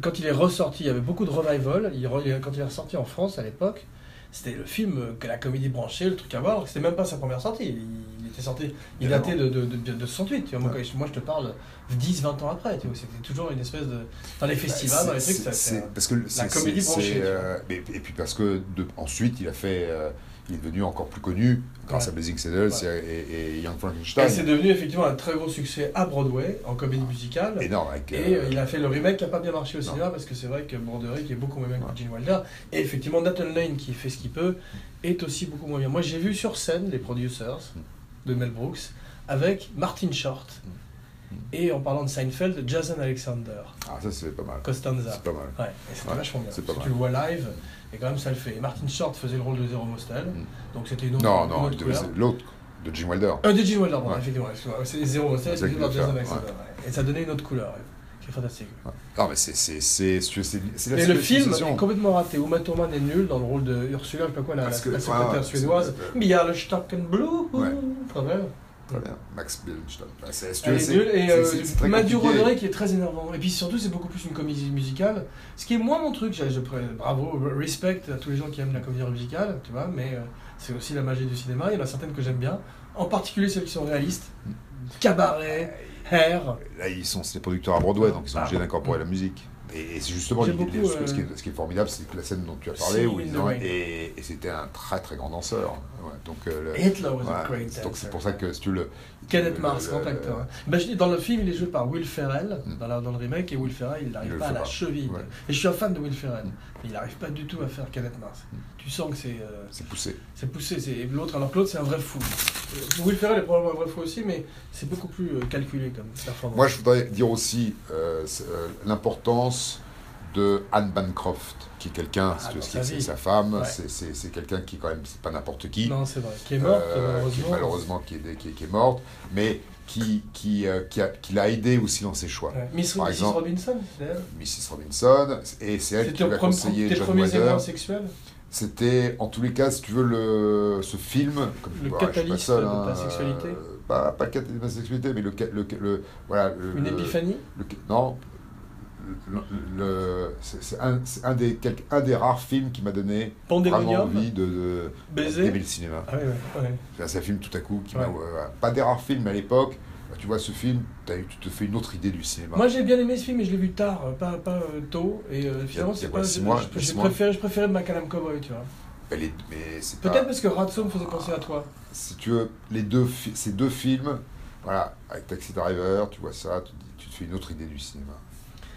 S1: quand il est ressorti, il y avait beaucoup de revival, il re- quand il est ressorti en France à l'époque, c'était le film, euh, que la comédie branchée, le truc à voir, alors que c'était même pas sa première sortie, il, il était sorti, il
S2: Évidemment.
S1: datait de, de, de, de 68, tu vois. moi,
S2: Ouais.
S1: quand- moi, je te parle 10, 20 ans après, tu vois, c'était toujours une espèce de... dans les festivals, dans les trucs,
S2: Bah, C'est-
S1: ça-
S2: c'est-
S1: c'est...
S2: parce que c'est-
S1: comédie
S2: c'est-
S1: branchée,
S2: c'est,
S1: tu
S2: euh, mais- et puis parce que de- ensuite il a fait, euh, il est devenu encore plus connu grâce
S1: Ouais.
S2: à Blazing Saddles
S1: Ouais.
S2: et, et- et Young
S1: Et
S2: Frankenstein.
S1: c'est devenu effectivement un très gros succès à Broadway, en comédie musicale,
S2: Énorme avec.
S1: Et euh,
S2: euh,
S1: il a fait le remake qui a pas bien marché au
S2: Non.
S1: cinéma parce que c'est vrai que Broderick est beaucoup moins bien
S2: Ouais.
S1: que Gene Wilder. Et effectivement, Nathan Lane qui fait ce qu'il peut est aussi beaucoup moins bien. Moi j'ai vu sur scène les producers
S2: Mm.
S1: de Mel Brooks avec Martin Short
S2: Mm.
S1: et en parlant de Seinfeld, Jason Alexander,
S2: Ah, ça c'est pas mal.
S1: Costanza.
S2: C'est pas mal.
S1: Ouais, et c'était
S2: Ouais,
S1: vachement bien.
S2: c'est pas
S1: Si
S2: mal.
S1: tu le vois live, et quand même ça le fait. Et Martin Short faisait le rôle de Zero Mostel,
S2: Mm.
S1: donc c'était une autre.
S2: Non,
S1: une
S2: non,
S1: autre
S2: il devait-
S1: couleur.
S2: c'est l'autre de Jim Wilder.
S1: Euh, de Gene Wilder, pardon,
S2: Ouais.
S1: effectivement. excuse-moi. C'est Zero Mostel,
S2: C'est ça
S1: c'était
S2: qu'il
S1: par
S2: veut
S1: Jason
S2: faire,
S1: Alexander. ouais. Et ça donnait une autre couleur, c'est fantastique.
S2: Non, mais c'est c'est c'est si tu veux, c'est c'est la
S1: Et le film
S2: civilisation.
S1: est complètement raté. Uma Thurman est nulle dans le rôle de Ursula, je sais pas quoi, la,
S2: Parce que-
S1: la
S2: ouais,
S1: secrétaire
S2: ouais,
S1: suédoise.
S2: c'est-
S1: Mais il y a le Stockenblue,
S2: Ouais.
S1: quand même.
S2: Très bien. Max Billingstone. Bah, c'est- si tu
S1: Elle
S2: veux,
S1: est
S2: c'est-
S1: nulle. Et
S2: c'est-
S1: euh,
S2: c'est- c'est très
S1: Mathieu
S2: compliqué.
S1: Roderick qui est très énervant. Et puis surtout, c'est beaucoup plus une comédie musicale. Ce qui est moins mon truc. Je, je- bravo, respect à tous les gens qui aiment la comédie musicale, tu vois. Mais euh, c'est aussi la magie du cinéma. Il y en a certaines que j'aime bien. En particulier celles qui sont réalistes.
S2: Mm.
S1: Cabaret, Hair.
S2: Là, ils sont c'est des producteurs à Broadway, donc ils sont
S1: Ah.
S2: obligés d'incorporer la musique. Et, et c'est justement
S1: J'aime
S2: l'idée-
S1: beaucoup,
S2: ce, que- ce qui
S1: euh,
S2: est, ce qui est formidable, c'est que la scène dont tu as parlé,
S1: Singing
S2: où
S1: in
S2: ils
S1: the
S2: ont,
S1: Rain.
S2: et, et c'était un très très grand danseur. Ouais, donc, euh, le-
S1: Hitler was a
S2: voilà.
S1: great
S2: donc
S1: dancer.
S2: c'est pour ça que si tu le.
S1: Kenneth
S2: le-
S1: Mars,
S2: le-
S1: grand
S2: le-
S1: acteur. hein. Ben, je dis, dans le film, il est joué par Will Ferrell,
S2: Mm.
S1: dans, la- dans le remake, et Will Ferrell, il
S2: Il
S1: n'arrive
S2: le
S1: pas à
S2: fait
S1: la
S2: pas.
S1: cheville.
S2: Ouais.
S1: Et je suis un fan de Will Ferrell,
S2: Mm.
S1: mais il n'arrive pas du tout à faire Kenneth Mars.
S2: Mm.
S1: Tu sens que c'est euh,
S2: C'est poussé.
S1: c'est poussé, c'est et l'autre, alors que l'autre, c'est un vrai fou. Euh, Will Ferrell est probablement un vrai fou aussi, mais c'est beaucoup plus euh, calculé comme performance.
S2: Moi, je voudrais dire aussi euh, c'est, euh, l'importance de Anne Bancroft, qui est quelqu'un,
S1: Ah,
S2: si tu
S1: dans
S2: veux, c'est
S1: sa
S2: c'est
S1: vie.
S2: sa femme,
S1: Ouais.
S2: c'est- c'est c'est quelqu'un qui, quand même, c'est pas n'importe qui.
S1: Non, c'est vrai, qui est morte,
S2: euh,
S1: malheureusement.
S2: Qui est, malheureusement, qui est, dé- qui est- qui est morte, mais qui, qui, euh, qui, a- qui l'a aidé aussi dans ses choix.
S1: Ouais. Miss,
S2: Par
S1: Mrs.
S2: exemple-
S1: Robinson, c'est elle.
S2: Mrs. Robinson, et c'est elle
S1: C'était
S2: qui lui
S1: tes
S2: a
S1: premiers-
S2: conseillé
S1: tes
S2: John
S1: premiers
S2: Wilder.
S1: émois sexuels
S2: C'était, en tous les cas, si tu veux, le, ce film, comme tu
S1: Le
S2: vois, je suis pas
S1: catalyse
S2: seul,
S1: de
S2: hein,
S1: ta sexualité
S2: euh, bah, Pas le catalyse de ta sexualité, mais le. ca- le, le- voilà, le-
S1: Une
S2: le-
S1: épiphanie
S2: le- non. le- le- c'est c'est un, c'est un des, quelques- un des rares films qui m'a donné vraiment
S1: Pandémonium
S2: envie de, de
S1: Baiser
S2: d'aimer le cinéma.
S1: Ah oui, ouais, ouais.
S2: C'est un- C'est un film tout à coup qui m'a.
S1: Ouais.
S2: euh, pas des rares films à l'époque. Bah, Tu vois ce film, t'as eu- tu te fais une autre idée du cinéma.
S1: Moi j'ai bien aimé ce film, mais je l'ai vu tard, euh, pas, pas euh, tôt. Et euh, finalement,
S2: il y a
S1: c'est
S2: quoi,
S1: pas.
S2: six
S1: je-
S2: mois,
S1: je-
S2: il y a
S1: j'ai
S2: six mois Ah.
S1: préféré, je préférais Macadam Cowboy, tu vois.
S2: Mais les- mais c'est
S1: Peut-être
S2: pas-
S1: parce que Ratso me faisait penser à toi.
S2: si tu veux, les deux, fi- ces deux films, voilà, avec Taxi Driver, tu vois ça, tu, te dis- tu te fais une autre idée du cinéma.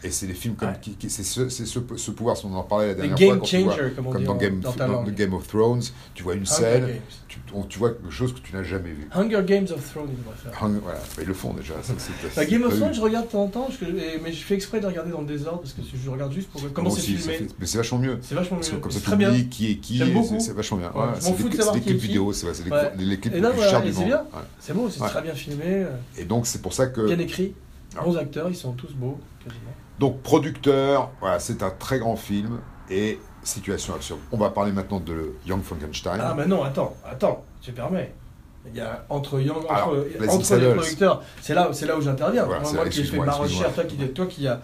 S2: Et c'est les films comme
S1: Ouais.
S2: qui, qui- c'est ce, c'est ce, ce pouvoir, si on en parlait la
S1: Les
S2: dernière fois,
S1: Game
S2: quand tu vois-
S1: Changer, comme on
S2: comme
S1: dit
S2: dans
S1: en-
S2: Game,
S1: dans ta
S2: dans
S1: langue. Ah,
S2: Game of Thrones, tu vois une
S1: Hunger
S2: scène,
S1: Games.
S2: tu, on- tu vois quelque chose que tu n'as jamais vu.
S1: Hunger Games of Thrones, il devrait faire.
S2: Hang- Voilà, mais ils le font déjà. ça, c'est-
S1: Bah,
S2: c'est
S1: Game of
S2: prévu.
S1: Thrones, je regarde de temps en temps, parce que- et- mais je fais exprès de regarder dans le désordre, parce que je regarde juste pour voir comment
S2: Moi
S1: c'est
S2: aussi, ça
S1: filmé.
S2: fait- Mais c'est vachement mieux.
S1: C'est vachement
S2: Parce que
S1: mieux.
S2: comme
S1: Euh, C'est
S2: ça,
S1: très
S2: tu
S1: bien.
S2: oublies qui est qui,
S1: J'aime
S2: et c'est-
S1: beaucoup.
S2: c'est vachement bien.
S1: Ouais,
S2: Voilà,
S1: je m'en
S2: c'est
S1: fous de
S2: des,
S1: savoir
S2: c'est des
S1: qui est
S2: clips
S1: qui.
S2: vidéo, c'est vrai, c'est des-
S1: Ouais.
S2: les, les clips
S1: Et
S2: les
S1: non,
S2: plus
S1: voilà,
S2: chers
S1: et
S2: du
S1: c'est
S2: monde.
S1: bien.
S2: Ouais.
S1: C'est bon, c'est
S2: Ouais. Euh.
S1: très bien filmé, euh,
S2: Et donc, c'est pour ça que.
S1: bien écrit.
S2: Alors.
S1: Bons acteurs, ils sont tous beaux, quasiment.
S2: Donc producteur, voilà, c'est un très grand film et situation absurde. On va parler maintenant de Young Frankenstein.
S1: Ah mais non, attends, attends, tu permets. Il y a entre Young, entre,
S2: Alors,
S1: entre
S2: Blazing
S1: les
S2: Saddles.
S1: producteurs, c'est là, c'est là où j'interviens.
S2: Voilà,
S1: moi,
S2: c'est
S1: moi
S2: là,
S1: qui ai fait
S2: excuse-moi,
S1: ma
S2: excuse-moi.
S1: recherche, toi qui, toi qui a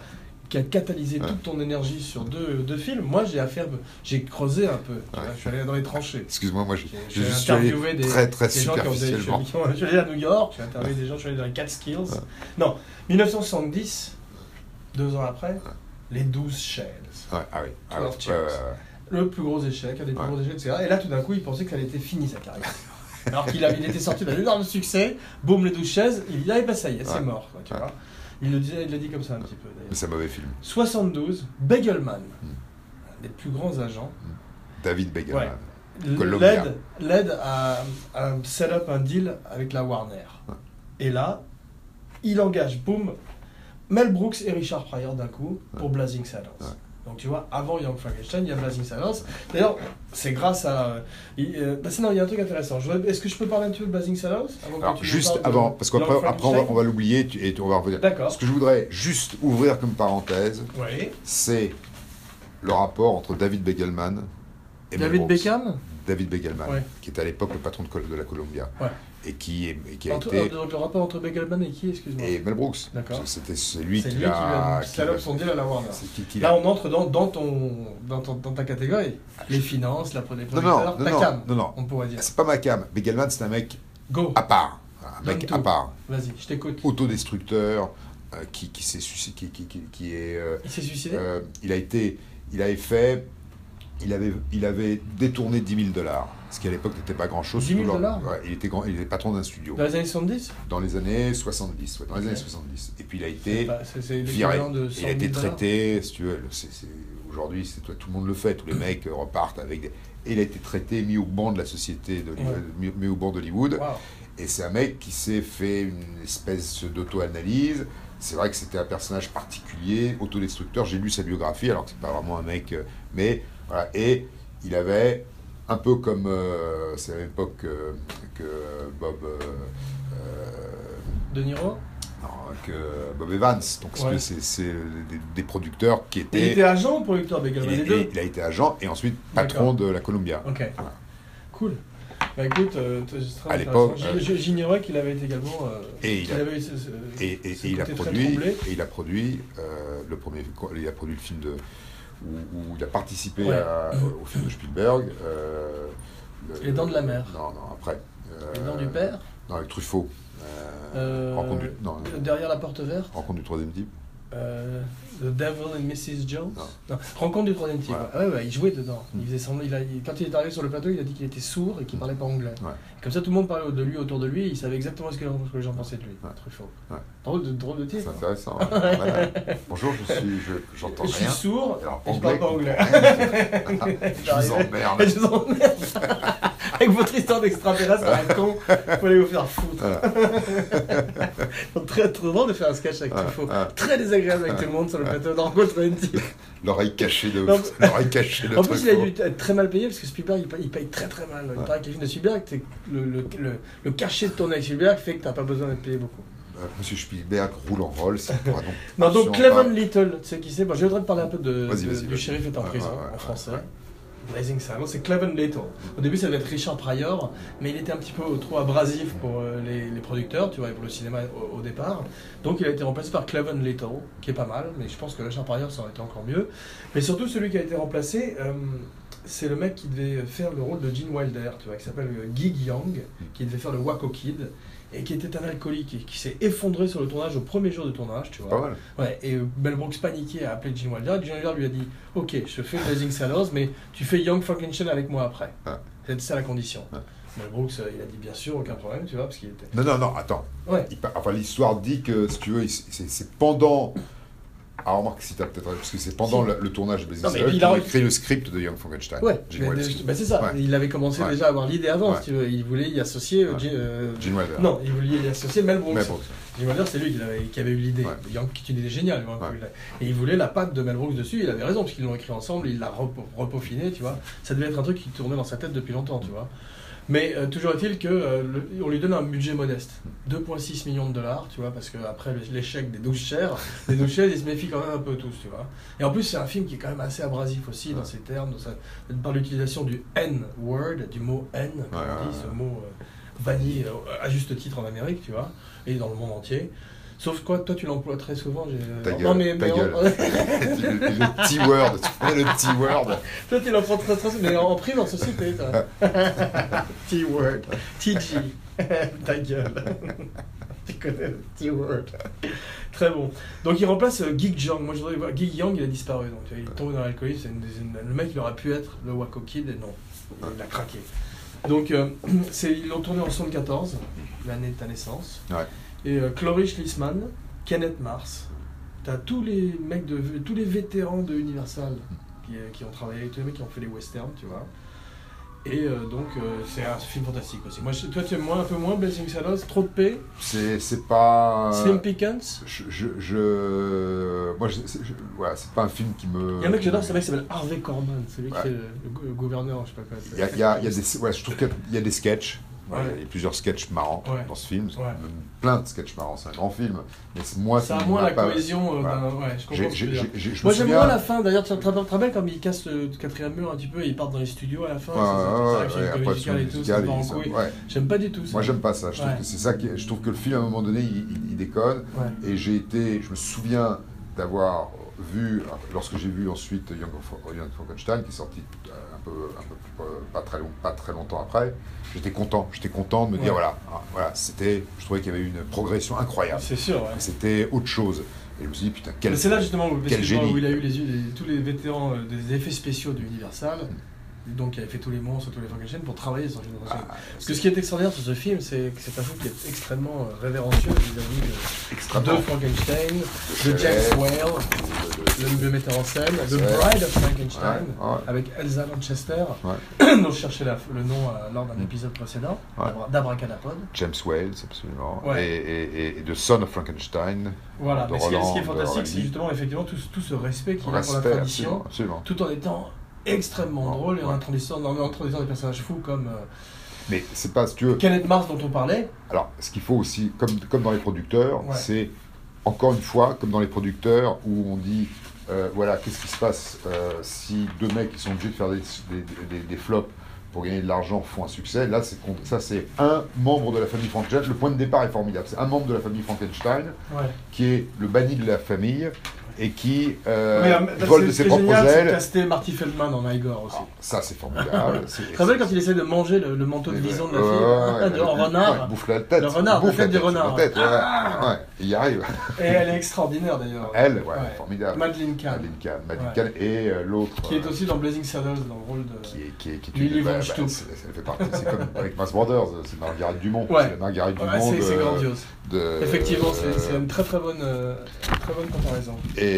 S1: qui a catalysé
S2: Ouais.
S1: toute ton énergie sur deux, deux films, moi j'ai affaire, j'ai creusé un peu. tu vois,
S2: Ouais.
S1: Je suis allé dans les tranchées.
S2: Excuse-moi, moi je,
S1: J'ai-
S2: je
S1: J'ai
S2: suis allé
S1: interviewé des,
S2: très très
S1: des gens qui ont des. Je suis
S2: superficiellement.
S1: qui ont- <laughs> je suis allé à New York, j'ai interviewé des gens, je suis allé dans les Catskills. Non, 1970, deux ans après, les 12 chaînes.
S2: Ouais, ah oui. ah
S1: Twelve
S2: ouais,
S1: Chairs.
S2: ouais, ouais, ouais.
S1: Le plus gros échec, un des plus
S2: Ouais.
S1: gros échecs, etc. Et là, tout d'un coup, il pensait que ça était fini sa carrière. <laughs> Alors qu'il avait- il était sorti d'un énorme succès, boum, les 12 chaises, il dit, ah, bah ça y est, c'est
S2: Ouais.
S1: mort, quoi, tu
S2: Ouais.
S1: vois. Il le disait, il l'a dit comme ça un petit peu,
S2: Mais
S1: d'ailleurs.
S2: c'est un mauvais film.
S1: 72, Begelman,
S2: Mm.
S1: un des plus grands agents,
S2: David Begelman.
S1: Ouais.
S2: Columbia.
S1: l'aide l'aide à, à set up un deal avec la Warner.
S2: Ouais.
S1: Et là, il engage, boum, Mel Brooks et Richard Pryor d'un coup pour Blazing Saddles.
S2: Ouais.
S1: Donc tu vois, avant Young Frankenstein, il y a Blazing Saddles. D'ailleurs, c'est grâce à. il- euh, bah, c'est- non, il y a un truc intéressant. Je voudrais- Est-ce que je peux parler un petit peu de Blazing Saddles avant que
S2: Alors,
S1: tu nous
S2: juste
S1: parles de
S2: avant, parce
S1: Young
S2: qu'après après, on va, on
S1: Frankenstein
S2: va l'oublier tu- et on va revenir.
S1: D'accord.
S2: Ce que je voudrais juste ouvrir comme parenthèse,
S1: Oui.
S2: c'est le rapport entre David Begelman et Mel
S1: David
S2: Brooks.
S1: Beckham
S2: David Begelman,
S1: Ouais.
S2: qui était à l'époque le patron de, Col- de la Columbia.
S1: Ouais.
S2: Et qui, est- et qui a
S1: Entre-
S2: été.
S1: euh, donc, Le rapport entre Beckham et qui, excuse-moi
S2: Et Mel Brooks.
S1: D'accord.
S2: C'était celui
S1: C'est
S2: qui
S1: lui qui lui a
S2: l'a.
S1: mis salope son deal à la Warner.
S2: C'est qui, qui l'a-
S1: Là, on entre dans, dans, ton, dans, ton- dans ta catégorie. Les finances, la
S2: Non,
S1: production,
S2: non, non,
S1: ta cam,
S2: non, non, non.
S1: on pourrait dire.
S2: C'est pas ma cam. Begelman, c'est un mec
S1: Go,
S2: à part. Un mec
S1: Donne
S2: à
S1: tout.
S2: part.
S1: vas-y, je t'écoute.
S2: Autodestructeur, euh, qui, qui s'est suicidé, qui, qui, qui- qui est. euh,
S1: Il s'est suicidé
S2: euh, il a été. Il avait fait. Il avait, il avait détourné 10 000 dollars, ce qui à l'époque n'était pas grand-chose.
S1: 10 000
S2: surtout leur-
S1: dollars
S2: ouais, il, était grand, il était patron d'un studio
S1: Dans les années 70
S2: dans les années 70. ouais, dans les
S1: Ok.
S2: années 70. Et puis il a
S1: C'est
S2: été
S1: pas- C'est c'est
S2: viré.
S1: l'équivalent de 100
S2: Il a été
S1: 000 dollars.
S2: traité, si tu veux, c'est- c'est- aujourd'hui, c'est- tout le monde le fait, tous les mecs euh, repartent avec des... Et il a été traité, mis au banc de la société, de,
S1: Ouais.
S2: mis, mis au banc d'Hollywood.
S1: Waouh.
S2: Et c'est un mec qui s'est fait une espèce d'auto-analyse. C'est vrai que c'était un personnage particulier, autodestructeur. J'ai lu sa biographie, alors que c'est pas vraiment un mec. euh, Mais voilà. Et il avait, un peu comme. euh, c'est à la même époque que, que Bob. euh, euh,
S1: De Niro
S2: non, que Bob Evans. Donc c'est-
S1: Ouais.
S2: c'est c'est des, des producteurs qui
S1: Et il
S2: étaient.
S1: était agent ou producteur Beckham
S2: il-
S1: Les
S2: il-
S1: deux
S2: il a été agent et ensuite patron de la Columbia.
S1: Ok. Cool. Bah écoute, euh, t- c'est très
S2: À l'époque,
S1: intéressant.
S2: euh,
S1: J- j- J'ignorais qu'il avait été également. euh,
S2: Et il
S1: qu'il
S2: a-
S1: avait eu ce- ce-
S2: Et, et-
S1: ce
S2: et il a
S1: côté très
S2: produit,
S1: troublé.
S2: et il a produit euh, le premier, il a produit le film de, où, où il a participé
S1: Ouais.
S2: à- au film de Spielberg. euh, le-
S1: Les Dents de la Mer.
S2: Non, non, après. euh,
S1: Les dents du père
S2: Non, avec Truffaut.
S1: Euh,
S2: Euh, rencontre, du, non,
S1: euh, Derrière la porte verte
S2: rencontre du troisième type.
S1: euh, The Devil and Mrs. Jones
S2: Non.
S1: Non, Rencontre du troisième type.
S2: Voilà. Mm.
S1: Ouais. ouais, ouais, il jouait dedans. Il faisait semblant- il a- il- quand il est arrivé sur le plateau, il a dit qu'il était sourd et qu'il parlait pas anglais.
S2: Ouais.
S1: Comme ça, tout le monde parlait de lui autour de lui et il savait exactement ce que, ce que les gens pensaient de lui.
S2: Ouais.
S1: Truffaut.
S2: Ouais.
S1: Drôle, de, drôle de
S2: C'est
S1: titre. <laughs>
S2: intéressant. hein. Voilà. Bonjour, je suis, je, j'entends
S1: Je suis
S2: rien.
S1: sourd
S2: Alors,
S1: et je parle pas anglais.
S2: comprends rien. <laughs>
S1: <laughs>
S2: je vous
S1: J'arrivais.
S2: emmerde.
S1: Je vous emmerde. <laughs> Avec votre histoire d'extraterrestre à la con, vous allez vous faire foutre. <laughs> très, très drôle de faire un sketch avec
S2: Ah,
S1: Truffaut.
S2: ah.
S1: Très désagréable avec tout le monde sur le plateau d'en rencontre une petite.
S2: L'oreille cachée de,
S1: Non.
S2: <laughs> l'oreille cachée de
S1: En plus, il a
S2: Truffaut.
S1: dû être très mal payé parce que Spielberg, il paye, il paye très très mal. Il
S2: Ouais.
S1: paraît que les films de Spielberg, c'est le, le, le, le cachet de tourner avec Spielberg fait que t'as pas besoin d'être payé beaucoup.
S2: Euh, Monsieur Spielberg roule en rôle, ça
S1: <laughs>
S2: pourra donc.
S1: Non, donc
S2: absolument
S1: Cleven Little, tu sais qui c'est Bon, J'ai le droit de parler un peu de,
S2: Vas-y,
S1: de-
S2: vas-y,
S1: du
S2: vas-y.
S1: shérif est en
S2: Ouais,
S1: prison
S2: ouais, ouais,
S1: en français.
S2: ouais.
S1: Blazing Saddles, c'est Cleven Little. Au début, ça devait être Richard Pryor, mais il était un petit peu trop abrasif pour euh, les, les producteurs, tu vois, et pour le cinéma au, au départ. Donc il a été remplacé par Cleven Little, qui est pas mal, mais je pense que Richard Pryor, ça aurait été encore mieux. Mais surtout, celui qui a été remplacé, euh, c'est le mec qui devait faire le rôle de Gene Wilder, tu vois, qui s'appelle euh, Gig Young, qui devait faire le Waco Kid, et qui était un alcoolique, et qui s'est effondré sur le tournage au premier jour de tournage, tu
S2: pas-
S1: vois.
S2: Pas mal.
S1: Ouais, et euh, Mel Brooks paniqué a appelé Gene Wilder. Gene Wilder lui a dit Ok, je fais Blazing Saddles, mais tu fais Young Frankenstein avec moi après.
S2: Ouais.
S1: C'était ça la condition.
S2: Ouais.
S1: Mel Brooks, euh, il a dit Bien sûr, aucun problème, tu vois, parce qu'il était.
S2: Non, non, non, attends.
S1: Ouais,
S2: Il pa- Enfin, l'histoire dit que, si tu veux, il- c'est c'est pendant. Ah, remarque si t'as peut-être. raison, Parce que c'est pendant
S1: Si.
S2: le, le tournage de Blazing
S1: Non, mais
S2: Saddles
S1: il a-
S2: qu'il a écrit le script de Young Frankenstein.
S1: ouais.
S2: Gene
S1: Mais-
S2: Wilder.
S1: mais- bah, c'est ça,
S2: Ouais.
S1: il avait commencé
S2: Ouais.
S1: déjà à avoir l'idée avant,
S2: Ouais.
S1: si tu veux. Il voulait y associer. euh,
S2: Ouais.
S1: Gene- euh,
S2: Gene Wilder.
S1: Non, il voulait y associer Mel Brooks.
S2: Mais bon, <laughs>
S1: Gene Wilder, c'est lui qui avait, qui avait eu l'idée.
S2: Ouais.
S1: Young, qui est une idée géniale. Young
S2: Ouais.
S1: Frankenstein. Et il voulait la patte de Mel Brooks dessus, il avait raison, parce qu'ils l'ont écrit ensemble, il l'a repo- repaufiné, tu vois. Ça devait être un truc qui tournait dans sa tête depuis longtemps, tu vois. Mais euh, toujours est-il que euh, le- on lui donne un budget modeste, 2,6 millions de dollars, tu vois, parce que après le- l'échec des 12
S2: <laughs>
S1: chairs, les 12 chairs, ils se méfient quand même un peu tous, tu vois. Et en plus, c'est un film qui est quand même assez abrasif aussi dans
S2: Ouais.
S1: ses termes, dans sa- par l'utilisation du N-word, du mot N, comme
S2: Ouais,
S1: on dit,
S2: ouais,
S1: ce
S2: ouais.
S1: mot euh, vanille euh, à juste titre en Amérique, tu vois, et dans le monde entier. Sauf quoi, toi tu l'emploies très souvent. j'ai-
S2: Ta
S1: Non,
S2: gueule,
S1: non, mais,
S2: ta
S1: mais en-
S2: gueule.
S1: <laughs>
S2: le, le T-word, tu connais le T-word
S1: toi tu l'emploies très souvent, mais en prime en société. toi. <laughs> T-word. TG. <laughs> ta gueule. <laughs> tu connais le T-word. très bon. Donc il remplace euh, Geek Jong. Moi je voudrais voir. Geek Young il a disparu. Donc tu vois, il est tombé dans l'alcoolisme. c'est une- c'est une- Le mec il aurait pu être le Waco Kid et non. Il a craqué. Donc euh, <clears throat> c'est ils l'ont tourné en 74, l'année de ta naissance.
S2: Ouais.
S1: Et euh, Chloé Schlissmann, Kenneth Mars. T'as tous les mecs de tous les vétérans de Universal qui, euh, qui ont travaillé, tous les mecs qui ont fait les westerns, tu vois. Et euh, donc, euh, c'est un film fantastique aussi. Moi, je- toi, tu aimes moins, un peu moins Blazing Saddles, trop de paix,
S2: C'est c'est pas.
S1: Slim Pickens.
S2: Je, je, je- moi, je- c'est- je- voilà, c'est pas un film qui me.
S1: Il y a un mec que
S2: qui me-
S1: j'adore, c'est un mec qui s'appelle Harvey Corman, celui
S2: euh, Ouais.
S1: qui est le, le gou- le gouverneur, je sais pas quoi.
S2: Il y a, il y a- il y a des, ouais, je trouve qu'il y a des sketchs. Ouais,
S1: Ouais.
S2: Il y a plusieurs sketchs marrants
S1: Ouais.
S2: dans ce film.
S1: Ouais.
S2: Même Plein de sketchs marrants. C'est un grand film. Mais c'est- moi,
S1: Ça a
S2: ça
S1: moins
S2: m'a
S1: la
S2: pas-
S1: cohésion. euh,
S2: Ouais.
S1: d'un- ouais, je comprends
S2: J'ai-
S1: ce que tu
S2: j'ai-
S1: veux dire.
S2: j'ai- j'ai- je me
S1: Moi j'aime
S2: souviens-
S1: moins la fin, d'ailleurs tu te rappelles- tu te rappelles quand ils cassent le quatrième mur un petit peu et ils partent dans les studios à la fin,
S2: Ouais,
S1: ça- ça
S2: ouais,
S1: arrive sur
S2: ouais,
S1: les
S2: après,
S1: musicales
S2: tout
S1: et
S2: le
S1: tout, ça
S2: musical,
S1: part en
S2: il- ça-
S1: couille.
S2: ouais.
S1: J'aime pas du tout ça.
S2: Moi, j'aime pas ça. Je trouve
S1: Ouais.
S2: que c'est ça qui, je trouve que le film à un moment donné, il, il- il déconne.
S1: Ouais.
S2: Et j'ai été, je me souviens d'avoir vu, lorsque j'ai vu ensuite Young, of- Young Frankenstein, qui est sorti euh, un peu, un peu, euh, pas, très long, pas très longtemps après, j'étais content. J'étais content de me
S1: Ouais.
S2: dire, voilà, ah, voilà c'était, je trouvais qu'il y avait une progression incroyable.
S1: C'est sûr, ouais.
S2: C'était autre chose. Et je me suis dit, putain, quel.
S1: Mais C'est là justement où,
S2: quel
S1: excuse-moi,
S2: génie.
S1: où il a eu les yeux des- tous les vétérans euh, des effets spéciaux de Universal, donc il avait fait tous les monstres, tous les Frankenstein pour travailler sur Génération.
S2: Ah,
S1: Parce que ce qui est extraordinaire sur ce film, c'est que c'est un film qui est extrêmement euh, révérencieux vis-à-vis de- de,
S2: extrêmement.
S1: Frankenstein, de
S2: Ouais.
S1: James Whale,
S2: De- de-
S1: le, le metteur en scène, The
S2: C'est vrai.
S1: Bride of Frankenstein,
S2: Ouais, ouais.
S1: avec Elsa Lanchester,
S2: Ouais.
S1: <clears throat> dont je cherchais la- le nom euh, lors d'un
S2: Mm.
S1: épisode précédent,
S2: Ouais.
S1: d'Abra- d'Abracadapod.
S2: James Wales, absolument.
S1: Ouais.
S2: Et, et- et- et de Son of Frankenstein.
S1: Voilà,
S2: De
S1: mais ce qui est, ce qui est
S2: Roland, de
S1: fantastique, c'est
S2: Rugby.
S1: justement effectivement tout, ce- tout ce respect qu'il a pour la
S2: Respect,
S1: tradition.
S2: absolument. absolument.
S1: tout en étant extrêmement
S2: Ouais.
S1: drôle et en
S2: Ouais.
S1: introduisant, en introduisant des personnages fous comme euh,
S2: Mais c'est pas, si tu veux,
S1: Kenneth Mars dont on parlait.
S2: Alors, ce qu'il faut aussi, comme, comme dans les producteurs,
S1: Ouais.
S2: c'est encore une fois, comme dans les producteurs, où on dit euh, voilà, qu'est-ce qui se passe euh, si deux mecs qui sont obligés de faire des, des- des- des flops pour gagner de l'argent font un succès Là, c'est qu'on- ça, c'est un membre de la famille Frankenstein. Le point de départ est formidable. C'est un membre de la famille Frankenstein qui est le banni de la famille et qui euh,
S1: Mais, euh,
S2: vole
S1: c'est- ce
S2: de
S1: qui
S2: ses
S1: est
S2: propres
S1: génial, c'est de
S2: ailes.
S1: caster Marty Feldman en Igor aussi.
S2: Ah, ça, c'est formidable.
S1: <laughs> Tu te rappelles quand il essaie de manger le, le manteau de
S2: disons
S1: vison de la fille hein, <laughs> de- en renard
S2: Il bouffe la tête.
S1: Le renard,
S2: il bouffe
S1: la tête du
S2: c'est
S1: renard. Ah.
S2: La tête, ouais. ouais, il y arrive.
S1: Et elle est extraordinaire d'ailleurs.
S2: Elle, ouais,
S1: Ouais.
S2: formidable.
S1: Madeleine Kahn,
S2: Madeleine Kahn. Madeleine
S1: Ouais.
S2: Kahn et euh, l'autre.
S1: qui est
S2: euh,
S1: aussi dans Blazing Saddles dans le rôle de.
S2: Qui est, qui est, qui est
S1: Lily
S2: une-
S1: von
S2: bah, bah,
S1: Stoop.
S2: c'est- ça fait partie- C'est comme avec Mass Brothers, euh, c'est Marguerite Dumont.
S1: Ouais.
S2: C'est la Marguerite
S1: Ouais,
S2: Dumont.
S1: c'est-
S2: de-
S1: c'est grandiose.
S2: de-
S1: Effectivement, c'est c'est une très très bonne, euh, très bonne comparaison.
S2: Et.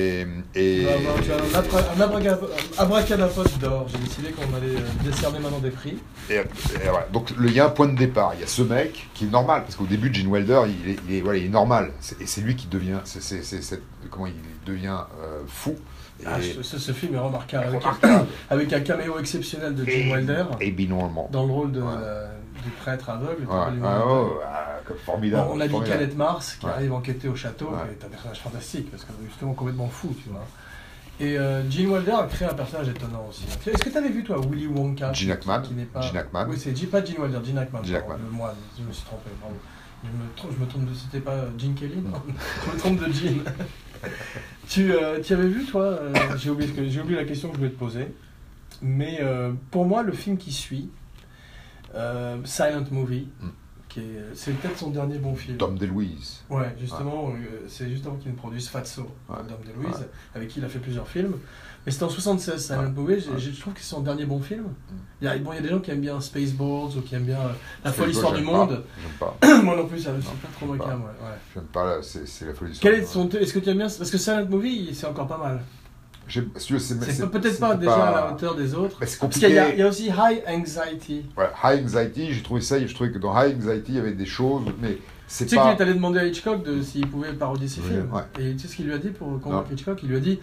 S2: et...
S1: Tu vas avoir- tu vas avoir un abra- un abracadab- abracadapote d'or. J'ai décidé qu'on allait euh, décerner maintenant des prix.
S2: Et, et voilà. Donc le- il y a un point de départ. Il y a ce mec qui est normal parce qu'au début Gene Wilder il est, il est- voilà, il est normal C'est- et c'est lui qui devient c'est, c'est- c'est- c'est- comment il devient euh, fou. Et,
S1: Ah, ce, ce- ce film Ah est remarquable, avec,
S2: remarquable.
S1: avec un caméo exceptionnel de Jim
S2: Et-
S1: Wilder
S2: et binormand.
S1: dans le rôle de,
S2: Ouais.
S1: euh, du prêtre aveugle. tu te
S2: Ouais.
S1: rappelles du
S2: Ah,
S1: nom
S2: oh, ah, comme formidable.
S1: Bon, on a dit
S2: formidable.
S1: Kenneth Mars qui
S2: Ouais.
S1: arrive enquêter au château,
S2: Ouais.
S1: qui est un personnage fantastique parce que justement complètement fou, tu vois. Et euh, Gene Wilder a créé un personnage étonnant aussi. Est-ce que tu avais vu toi Willy Wonka
S2: Gene Hackman.
S1: qui n'est pas...
S2: Gene Hackman.
S1: ah. Oui, c'est G- pas Gene Wilder, Gene Hackman.
S2: Gene
S1: pardon,
S2: Hackman.
S1: Le moine, je me suis trompé. pardon. Je me trompe, je me trompe de. C'était pas euh, Gene Kelly non Je me trompe de Gene.
S2: <laughs>
S1: tu, euh, tu avais vu, toi euh, J'ai oublié, ce que- j'ai oublié la question que je voulais te poser. Mais euh, pour moi, le film qui suit, euh, Silent Movie,
S2: Mm.
S1: qui est- euh, c'est peut-être son dernier bon film.
S2: Tom DeLuise.
S1: Ouais, justement, euh, c'est juste avant qu'il ne produise Fatso,
S2: Ouais.
S1: Dom DeLuise, avec qui il a fait plusieurs films. Mais c'est en 76, Silent Movie, j'ai-
S2: Ouais. Mm.
S1: j'ai- je trouve que c'est son dernier bon film. Il y a, bon, il y a des gens qui aiment bien Spaceballs ou qui aiment bien euh, La folle histoire du monde.
S2: J'aime pas.
S1: <coughs> moi non plus, ça c'est pas trop
S2: j'aime
S1: mon
S2: pas.
S1: cas, moi. ouais.
S2: J'aime pas. là, C'est, c'est la folie. du
S1: Quel
S2: soir.
S1: est son thé- Est-ce que tu aimes bien Parce que Silent Movie, il- c'est encore pas mal.
S2: J'aime- si tu veux, c'est-
S1: C'est
S2: c'est-
S1: pas- peut-être
S2: c'est
S1: pas déjà à la hauteur des autres.
S2: Mais c'est
S1: Parce qu'il y, a-
S2: compliqué.
S1: il y a aussi High Anxiety.
S2: Voilà, High Anxiety, j'ai trouvé ça, je trouvais que dans High Anxiety, il y avait des choses, mais
S1: Tu
S2: c'est
S1: sais
S2: pas...
S1: qu'il est allé demander à Hitchcock de- s'il pouvait parodier ses
S2: Oui,
S1: films.
S2: ouais.
S1: Et tu sais ce qu'il lui a dit pour convaincre Hitchcock Il lui a dit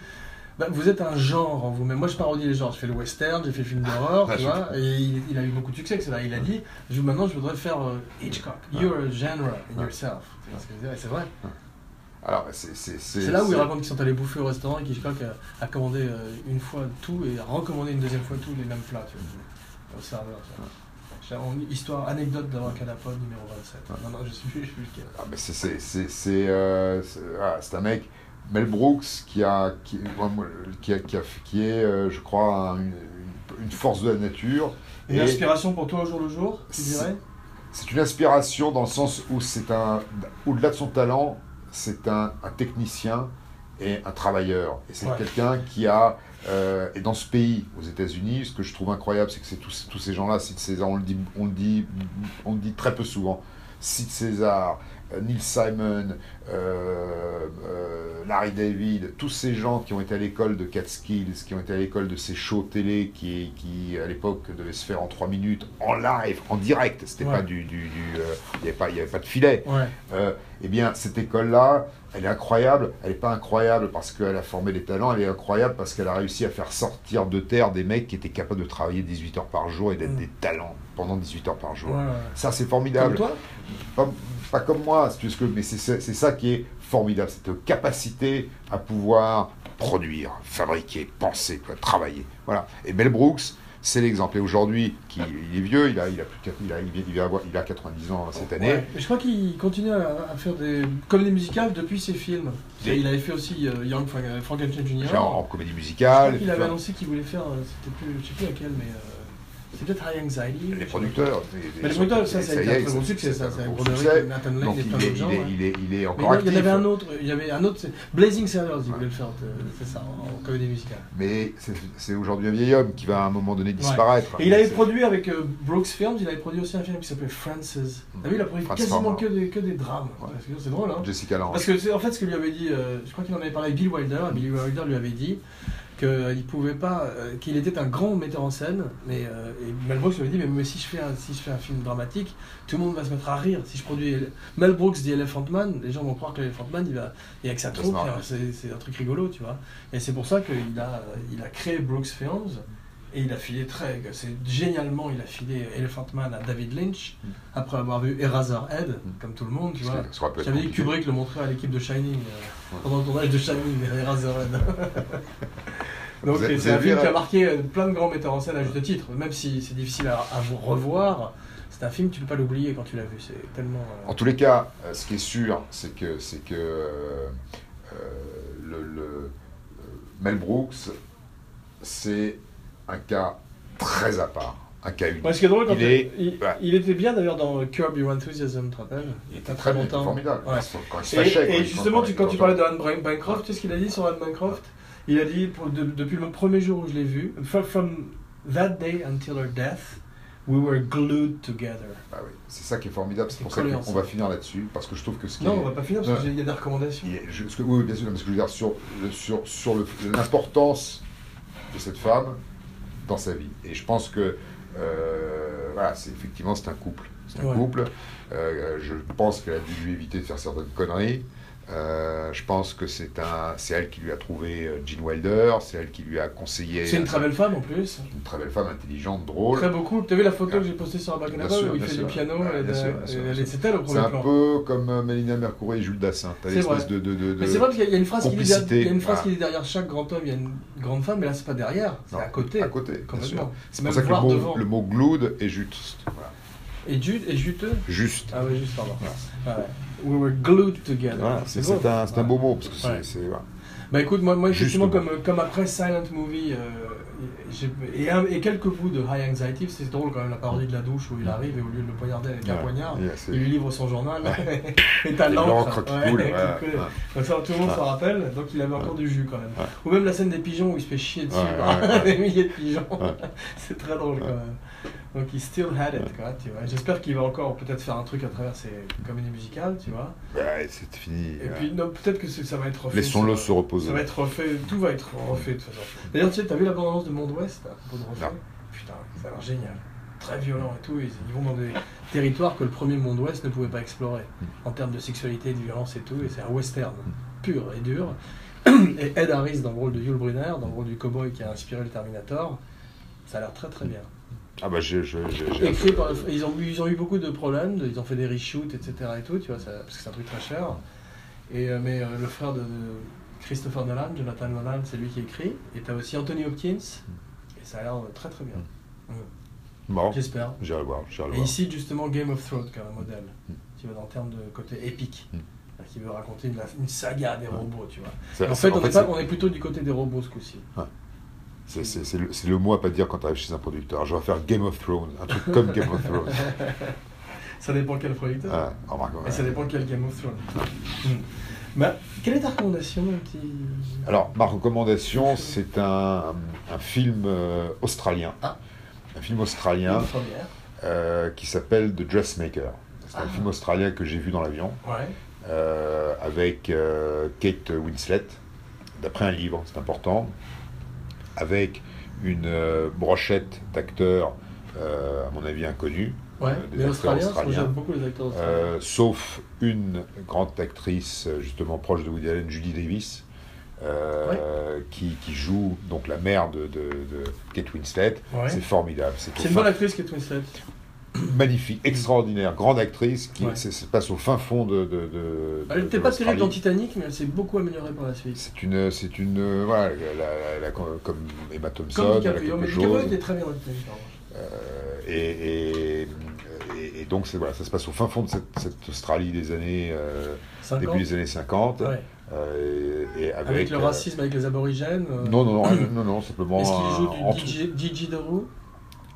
S1: Bah, Vous êtes un genre en vous-même. Moi, je parodie les genres. Je fais le western, j'ai fait le film d'horreur,
S2: Ah,
S1: tu
S2: je
S1: vois.
S2: comprends.
S1: Et il, il a eu beaucoup de succès avec cela. Il a dit je, Maintenant, je voudrais faire euh, Hitchcock. You're a genre in
S2: Ouais.
S1: yourself. C'est ce qu'il disait, et C'est vrai.
S2: Alors, c'est... C'est, c'est-
S1: C'est là où
S2: c'est-
S1: ils racontent qu'ils sont allés bouffer au restaurant et qu'Hitchcock a, a commandé euh, une fois tout et a recommandé une deuxième fois tout les mêmes plats tu
S2: Mm-hmm.
S1: vois, au serveur. Tu vois. J'ai- on- Histoire, anecdote d'avoir Canapod numéro 27. Non, non, je suis plus, je suis plus lequel.
S2: Ah, mais c'est, c'est, c'est, c'est, euh, c'est- ah, c'est un mec, Mel Brooks, qui a, qui, moi, moi, qui a- qui a- qui est, euh, je crois, un- une, une force de la nature.
S1: Une
S2: Et-
S1: inspiration pour toi au jour le jour, tu dirais
S2: C'est une inspiration dans le sens où c'est un, au-delà de son talent, c'est un, un technicien et un travailleur. Et c'est
S1: Ouais.
S2: quelqu'un qui a, euh, et dans ce pays, aux États-Unis, ce que je trouve incroyable, c'est que c'est tous, tous ces gens-là, Sid César, on le dit, on le dit, on le dit très peu souvent, Sid César, euh, Neil Simon, euh, euh, Larry David, tous ces gens qui ont été à l'école de Catskills, qui ont été à l'école de ces shows télé qui, qui à l'époque, devaient se faire en 3 minutes, en live, en direct. C'était
S1: Ouais.
S2: pas du. du- du, euh, Il n'y avait, pas- il y avait pas de filet.
S1: Ouais.
S2: Euh, eh bien, cette école-là, elle est incroyable. Elle n'est pas incroyable parce qu'elle a formé des talents, elle est incroyable parce qu'elle a réussi à faire sortir de terre des mecs qui étaient capables de travailler 18 heures par jour et d'être
S1: Mm.
S2: des talents pendant 18 heures par jour.
S1: Ouais, ouais.
S2: Ça, c'est
S1: Comme
S2: formidable.
S1: toi
S2: Pas, pas comme moi, c'est juste que- mais c'est ça- c'est ça qui est formidable, cette capacité à pouvoir produire, fabriquer, penser, quoi, travailler. Voilà. Et Mel Brooks, c'est l'exemple. Et aujourd'hui, qui- il est vieux, il a, il a plus de quatre- il a, il vient- il vient avoir- il a 90 ans cette année.
S1: Ouais. Et je crois qu'il continue à, à faire des comédies musicales depuis ses films.
S2: Des-
S1: Il avait fait aussi euh, Young Frank- Frankenstein Jr.
S2: Genre en comédie
S1: Je
S2: musicale.
S1: crois qu'il
S2: tu
S1: avait
S2: vois.
S1: annoncé qu'il voulait faire, euh, c'était plus, je sais plus laquelle, mais euh, c'est peut-être High Anxiety.
S2: les producteurs. les-
S1: Mais
S2: les-
S1: les producteurs, ça, ça a été
S2: y
S1: un
S2: est,
S1: très bon succès, ça. C'est un
S2: gros
S1: gros succès.
S2: succès.
S1: Nathan Lane,
S2: Donc
S1: et plein
S2: il est,
S1: d'autres gens.
S2: il, est,
S1: ouais.
S2: il, est, il est
S1: Mais
S2: encore
S1: non,
S2: actif.
S1: il y en avait un autre, il y avait un autre, c'est Blazing Saddles, il
S2: Ouais.
S1: voulait le faire, euh, c'est ça, en comédie musicale.
S2: Mais c'est- c'est aujourd'hui un vieil homme qui va à un moment donné disparaître.
S1: Et il avait
S2: C'est-
S1: produit avec euh, Brooks Films, il avait produit aussi un film qui s'appelait Frances. T'as vu, il a produit
S2: Frances
S1: quasiment
S2: Ford,
S1: que des, que des drames.
S2: Ouais.
S1: C'est- C'est drôle, hein
S2: Jessica Lange.
S1: Parce que c'est en fait ce que lui avait dit, euh, je crois qu'il en avait parlé avec Bill Wilder, et Bill Wilder lui avait dit qu'il pouvait pas, euh, qu'il était un grand metteur en scène, mais euh, et Mel Brooks lui avait dit mais, mais si je fais un, si je fais un film dramatique, tout le monde va se mettre à rire. Si je produis Ele- Mel Brooks dit Elephant Man, les gens vont croire que Elephant Man il va et avec sa
S2: Il va se
S1: troupe,
S2: marrer.
S1: euh, c'est c'est un truc rigolo, tu vois. Et c'est pour ça qu'il a euh, il a créé Brooks Films. Et il a filé très, c'est génialement, il a filé Elephant Man à David Lynch
S2: Mm.
S1: après avoir vu Eraserhead,
S2: Mm.
S1: comme tout le monde, tu vois.
S2: Ça- ça aurait pu être
S1: J'avais dit que
S2: compliqué.
S1: Kubrick le montrait à l'équipe de Shining euh,
S2: Ouais.
S1: pendant le tournage de Shining et <laughs> Razorhead. Donc
S2: Vous avez-
S1: c'est
S2: vous
S1: c'est un
S2: avez
S1: film
S2: vu,
S1: qui a
S2: euh,
S1: marqué euh, plein de grands metteurs en scène à juste titre, même si c'est difficile à, à vous revoir. C'est un film, tu peux pas l'oublier quand tu l'as vu, c'est tellement. euh,
S2: En tous les cas, euh, ce qui est sûr, c'est que, c'est que euh, euh, le, le- euh, Mel Brooks, c'est un cas très à part, un cas unique.
S1: Ouais, ce qui est drôle, quand
S2: Il
S1: il,
S2: est-
S1: il,
S2: ouais.
S1: il était bien d'ailleurs dans Curb Your Enthusiasm, tu te rappelles
S2: Il
S1: y a
S2: était très bon, il était formidable.
S1: Ouais.
S2: Quand il se
S1: Et,
S2: fâchait,
S1: et
S2: quand il-
S1: justement, tu, quand tu
S2: on-
S1: parlais de Anne Ban- Bancroft, tu sais ce qu'il a dit sur Anne Bancroft Il a dit, pour- de- depuis le premier jour où je l'ai vu, from, from that day until her death, we were glued together.
S2: Bah oui, c'est ça qui est formidable, c'est
S1: C'est
S2: pour ça
S1: collant,
S2: qu'on
S1: ça.
S2: va finir là-dessus, parce que je trouve que ce qui
S1: Non,
S2: est-
S1: on va pas finir parce qu'il y a des recommandations.
S2: il est- je- ce que- oui, oui, bien sûr, mais ce que je veux dire sur, le- sur, sur le- l'importance de cette femme dans sa vie. Et je pense que, euh, voilà, c'est effectivement, c'est un couple. C'est un
S1: Ouais.
S2: couple. Euh, je pense qu'elle a dû lui éviter de faire certaines conneries. Euh, je pense que c'est un, c'est elle qui lui a trouvé euh, Gene Wilder, c'est elle qui lui a conseillé.
S1: C'est une très belle femme en plus.
S2: une très belle femme intelligente, drôle.
S1: Très beau couple. T'as vu la photo que j'ai postée sur la
S2: Bien
S1: Bacanaba
S2: sûr,
S1: où il
S2: bien
S1: fait
S2: sûr.
S1: du piano
S2: Ouais,
S1: et
S2: bien
S1: de-
S2: sûr, bien sûr,
S1: et
S2: bien
S1: elle-
S2: sûr.
S1: C'est elle au
S2: C'est
S1: premier
S2: un
S1: plan.
S2: peu comme euh, Mélina Mercouri et Jules Dassin. T'as
S1: C'est
S2: l'espèce
S1: vrai.
S2: de, de, de, de-
S1: Mais c'est vrai parce qu'il y a une phrase qui dit derrière-
S2: complicité,
S1: il y a une phrase
S2: voilà.
S1: qui dit derrière chaque grand homme, il y a une grande femme, mais là c'est pas derrière, c'est
S2: Non,
S1: à côté.
S2: à côté, bien sûr.
S1: Complètement.
S2: C'est
S1: Même
S2: pour ça que le
S1: voir
S2: mot,
S1: devant.
S2: le mot glued est juste. Voilà.
S1: Et, ju- et juteux.
S2: Juste.
S1: Ah ouais, juste pardon.
S2: Voilà.
S1: Ouais. We were glued together.
S2: Voilà, c'est
S1: beau.
S2: c'est un, c'est un
S1: Ouais.
S2: beau mot, parce que c'est.
S1: Ouais.
S2: c'est- voilà.
S1: Bah écoute, moi, moi
S2: Juste
S1: effectivement,
S2: beau.
S1: comme, comme après Silent Movie, euh, j'ai- et, un- et quelques bouts de High Anxiety, c'est drôle quand même, la parodie de la douche où il arrive et au lieu de le poignarder avec un
S2: Ouais.
S1: poignard,
S2: Yeah, c'est-
S1: il lui livre son journal <laughs> et t'as
S2: Et l'encre
S1: l'encre.
S2: qui
S1: ouais,
S2: coule.
S1: qui
S2: ouais,
S1: <laughs> coule.
S2: ouais.
S1: Comme ça, tout le monde
S2: Ouais.
S1: s'en rappelle, donc il avait encore du jus quand même.
S2: Ouais.
S1: Ou même la scène des pigeons où il se fait chier dessus
S2: Ouais,
S1: par
S2: ouais, ouais.
S1: <laughs> des milliers de pigeons.
S2: Ouais.
S1: <laughs> C'est très drôle quand
S2: Ouais.
S1: même. Donc il still had it, quoi, tu vois. J'espère qu'il va encore peut-être faire un truc à travers ses comédies musicales, tu vois.
S2: Ouais, c'est fini.
S1: Et
S2: ouais.
S1: puis non, peut-être que c'est- ça va être refait.
S2: Laissons-le
S1: ça-
S2: se reposer.
S1: Ça va être refait, tout va être refait de toute façon. D'ailleurs, tu sais, t'as vu la bande-annonce de Monde Ouest là, pour de refait
S2: Non.
S1: Putain, ça a l'air génial. Très violent et tout. Ils, ils vont dans des territoires que le premier Monde Ouest ne pouvait pas explorer
S2: Mm.
S1: en termes de sexualité, de violence et tout. Et c'est un western pur et dur. <clears throat> Et Ed Harris dans le rôle de Yul Brynner, dans le rôle du cowboy qui a inspiré le Terminator. Ça a l'air très très bien.
S2: Ah bah, j'ai. j'ai- j'ai- j'ai-
S1: Écrit par- ils, ont, eu- ils ont eu beaucoup de problèmes, de- ils ont fait des reshoots, etc. Et tout, tu vois, ça- parce que c'est un truc très cher. Et, euh, mais euh, le frère de, de Christopher Nolan, Jonathan Nolan, c'est lui qui écrit. Et t'as aussi Anthony Hopkins, et ça a l'air euh, très très bien.
S2: Mm. Bon,
S1: J'espère.
S2: j'irai le voir. J'irai le
S1: Et
S2: voir.
S1: ici, justement, Game of Thrones, comme un modèle,
S2: Mm.
S1: qui va dans le terme de côté épique,
S2: Mm.
S1: qui veut raconter une, une saga des robots, tu vois.
S2: C'est-
S1: en
S2: c'est-
S1: fait, on, est pas-
S2: Bah, c'est-
S1: on est plutôt du côté des robots ce coup-ci.
S2: c'est- c'est c'est le, c'est le mot à pas dire quand t'arrives chez un producteur. Je vais faire Game of Thrones, un truc comme Game of
S1: <laughs>
S2: Thrones.
S1: Ça dépend quel producteur.
S2: Ouais, remarque, Ah, ouais.
S1: Et ça dépend quel Game of Thrones. Mm. Bah, quelle est ta recommandation, mon petit
S2: Alors, ma recommandation, c'est un, un film euh, australien.
S1: Ah.
S2: Un film
S1: Une
S2: australien
S1: première.
S2: euh, qui s'appelle The Dressmaker. C'est un film australien que j'ai vu dans l'avion,
S1: Ouais.
S2: euh, avec euh, Kate Winslet, d'après un livre, c'est important, avec une euh, brochette d'acteurs, euh, à mon avis inconnus,
S1: Ouais.
S2: Euh, des
S1: les
S2: acteurs
S1: Australiens, parce que
S2: australiens.
S1: j'aime beaucoup les acteurs australiens.
S2: euh, sauf une grande actrice euh, justement proche de Woody Allen, Julie Davis, euh, qui, qui joue donc la mère de, de- de Kate Winslet.
S1: ouais.
S2: C'est formidable, c'est au
S1: C'est une
S2: fin-
S1: bonne actrice qui est Winslet.
S2: magnifique, extraordinaire, grande actrice qui
S1: Ouais.
S2: se, se passe au fin fond de. de, de-
S1: Elle
S2: de-
S1: n'était
S2: de
S1: pas terrible dans
S2: l'Australie.
S1: Titanic, mais elle s'est beaucoup améliorée par la suite.
S2: C'est une, c'est une, euh, voilà, la- la- la- comme comme Emma Thompson,
S1: Comme
S2: elle a
S1: DiCaprio,
S2: quelque
S1: mais DiCaprio
S2: chose.
S1: était très bien dans Titanic. en revanche.
S2: Euh, et, et, et- et donc c'est- voilà, ça se passe au fin fond de cette, cette Australie des années euh,
S1: Cinq ans.
S2: début des années 50.
S1: Ouais.
S2: euh, et, et avec,
S1: Avec le
S2: euh,
S1: racisme, avec les aborigènes. euh,
S2: non, non, non, rien- non, non, euh, simplement.
S1: Est-ce
S2: un- en tout-
S1: qu'il joue du DJ, DJ Daru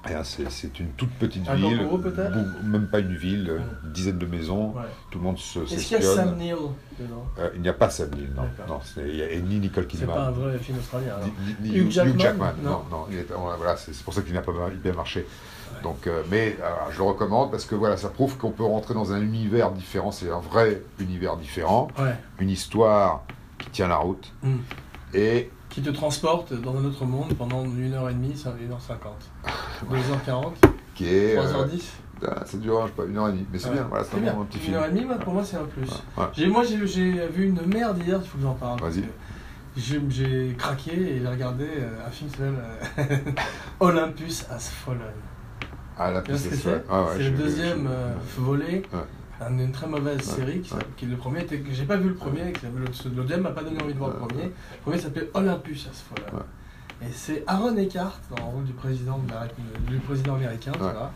S2: rien, c'est- C'est une toute petite
S1: Un
S2: ville,
S1: kangourou, peut-être
S2: bou- même pas une ville, une dizaine de maisons,
S1: Ouais.
S2: tout le monde se
S1: Est-ce qu'il y a
S2: s'espionne.
S1: Sam Neill dedans
S2: Euh, il n'y a pas Sam Neill, non.
S1: D'accord.
S2: non c'est- il y a, et ni Nicole
S1: C'est pas un
S2: Kidman.
S1: vrai film australien. alors.
S2: ni- ni- ni
S1: Hugh
S2: Hugh
S1: Jackman,
S2: Jackman,
S1: non.
S2: non, non, il est- on- voilà, c'est c'est pour ça qu'il n'a pas bien- bien marché. Donc, euh, mais euh, je le recommande parce que voilà, ça prouve qu'on peut rentrer dans un univers différent. C'est un vrai univers différent,
S1: Ouais.
S2: une histoire qui tient la route
S1: Mm.
S2: et
S1: Qui te transporte dans un autre monde pendant 1h30, 1h50.
S2: <laughs>
S1: 2h40,
S2: qui est. euh,
S1: 3h10.
S2: ah, ça dure, je sais pas, une heure et demie, mais c'est
S1: Ouais.
S2: bien. Voilà, c'est
S1: C'est bien.
S2: un bon petit film.
S1: 1h30, moi, pour moi, c'est un plus.
S2: Ouais.
S1: J'ai- Moi, j'ai j'ai vu une merde hier, il faut que j'en parle.
S2: Vas-y.
S1: parce que J'ai j'ai craqué et j'ai regardé euh, un film qui s'appelle euh, <laughs> Olympus Has Fallen.
S2: Ah, la
S1: Tu vois ce
S2: piste
S1: que
S2: est
S1: c'est
S2: faite. Ah, ouais,
S1: C'est
S2: j'ai
S1: le
S2: vu, j'ai
S1: deuxième
S2: vu.
S1: euh, volet
S2: Ouais.
S1: d'un- d'une très mauvaise série. qui
S2: ouais.
S1: s'appelle- qui- le premier était que j'ai pas vu le premier, et que le le deuxième m'a pas donné envie de voir le
S2: Ouais,
S1: premier. Le premier s'appelait Olympus à ce fois-là. Et c'est Aaron Eckhart dans le rôle du président, de la République- du président américain, tu
S2: Ouais.
S1: vois.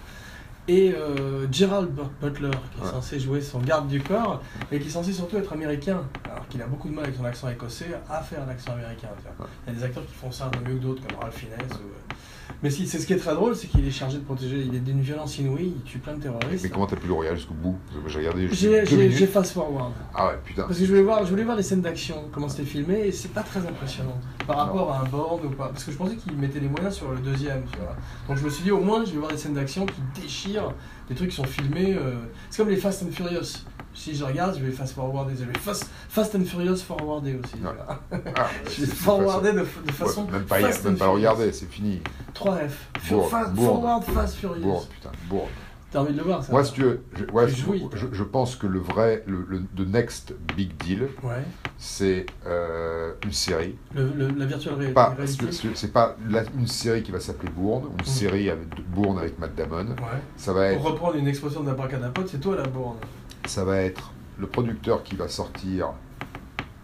S1: Et euh, Gerald Bu- Butler, qui est
S2: Ouais.
S1: censé jouer son garde du corps, et qui est censé surtout être américain, alors qu'il a beaucoup de mal avec son accent écossais à faire un accent américain. tu vois. Il y a des acteurs qui font ça un peu mieux que d'autres, comme Ralph Fiennes. ou, euh. Mais si, c'est ce qui est très drôle, c'est qu'il est chargé de protéger. Il est d'une violence inouïe, il tue plein de terroristes.
S2: Mais comment t'as pu le regarder jusqu'au bout J'ai regardé juste
S1: J'ai
S2: deux
S1: j'ai- j'ai
S2: minutes.
S1: fast forward.
S2: Ah ouais, putain.
S1: <laughs> Parce que je voulais voir, je voulais voir les scènes d'action, comment c'était filmé, et c'est pas très impressionnant par rapport à un Bourne ou pas. Parce que je pensais qu'ils mettaient les moyens sur le deuxième, tu vois. Donc je me suis dit, au moins, je vais voir des scènes d'action qui déchirent, des trucs qui sont filmés. euh, C'est comme les Fast and Furious. Si je regarde, je vais fast forwarder, je vais fast, fast and Furious forwarder aussi. tu
S2: Ouais.
S1: vois.
S2: Ah,
S1: Je vais
S2: c'est- c'est
S1: forwarder de, de
S2: facile.
S1: façon.
S2: Ouais, même pas, même pas le regarder, c'est fini.
S1: 3F.
S2: Bourne,
S1: Fa-
S2: Bourne.
S1: Forward, fast, furious.
S2: Bourre, putain, bourre.
S1: T'as envie de le voir, ça hein
S2: Moi, si tu veux, je, ouais,
S1: Tu
S2: je-
S1: jouis,
S2: je, je pense que le vrai, le, le- the next big deal,
S1: Ouais.
S2: c'est euh, une série.
S1: Le- le- la virtuelle ré-
S2: Pas, parce
S1: réalité.
S2: que c'est c'est pas la- une série qui va s'appeler Bourne,
S1: Mm.
S2: ou une série avec Bourne avec Matt Damon.
S1: Ouais.
S2: Ça va
S1: Pour
S2: être,
S1: reprendre une expression d'abracadapote, c'est toi la Bourne.
S2: ça va être le producteur qui va sortir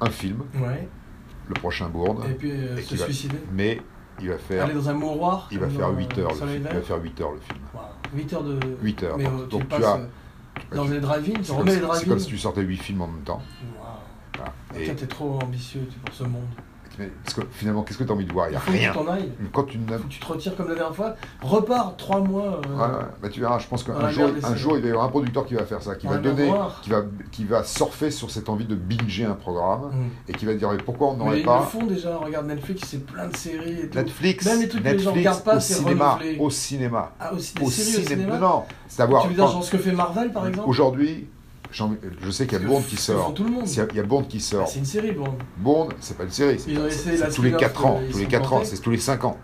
S2: un film,
S1: Ouais.
S2: le prochain Bourne,
S1: Et puis euh,
S2: Et
S1: se
S2: qui va-
S1: suicider.
S2: mais il va faire,
S1: Aller dans un mouroir.
S2: il va
S1: comme
S2: faire
S1: dans,
S2: 8
S1: euh,
S2: heures le
S1: Soleil
S2: film. Il va
S1: Vert.
S2: faire 8 heures le film.
S1: Waouh, 8 heures de.
S2: 8 heures.
S1: Mais
S2: donc,
S1: euh,
S2: donc
S1: tu
S2: tu
S1: passes
S2: as-
S1: euh, dans
S2: tu-
S1: les drive-ins, tu
S2: c'est comme
S1: remets
S2: si-
S1: les
S2: c'est comme
S1: drive-ins.
S2: si tu sortais 8 films en même temps.
S1: Waouh.
S2: Voilà. Et-
S1: Toi, t'es trop ambitieux tu, pour ce monde.
S2: Mais parce que finalement, qu'est-ce que tu as envie de voir Il n'y a
S1: faut que tu
S2: rien.
S1: t'en ailles.
S2: Mais Quand tu n'as-
S1: Faut que tu te retires comme la dernière fois. Repars 3 mois. euh,
S2: Ouais, ouais, bah, tu verras, je pense
S1: On va
S2: qu'un jour,
S1: regarder ça.
S2: un jour, il va y avoir un producteur qui va faire ça, qui
S1: On
S2: va
S1: va bien
S2: donner,
S1: voir.
S2: qui va, qui va surfer sur cette envie de binger un programme
S1: hum.
S2: et qui va dire mais pourquoi on
S1: Mais
S2: n'aurait
S1: ils le
S2: pas
S1: font déjà. Regarde Netflix, c'est plein de séries et tout.
S2: Netflix,
S1: Même les trucs que les gens
S2: Netflix
S1: regardent pas,
S2: au
S1: c'est
S2: cinéma,
S1: renouvelé.
S2: au cinéma,
S1: Ah, aussi des
S2: au
S1: séries au
S2: cinéma.
S1: cinéma.
S2: Non, non, c'est à voir.
S1: tu veux dire genre ce que fait Marvel par exemple
S2: Aujourd'hui, j'en- je sais qu'il y a
S1: Parce que
S2: Bond qui
S1: f- le font
S2: sort.
S1: tout le monde.
S2: Il y a- il y a Bond qui
S1: Ah,
S2: sort.
S1: C'est une série, bon.
S2: Bond, c'est pas une série, c'est
S1: Ils ont essayé la
S2: c'est tous les
S1: spin-off,
S2: 4 ans,
S1: euh, ils
S2: tous les
S1: sont
S2: 4 ans,
S1: plantés.
S2: c'est tous les 5 ans.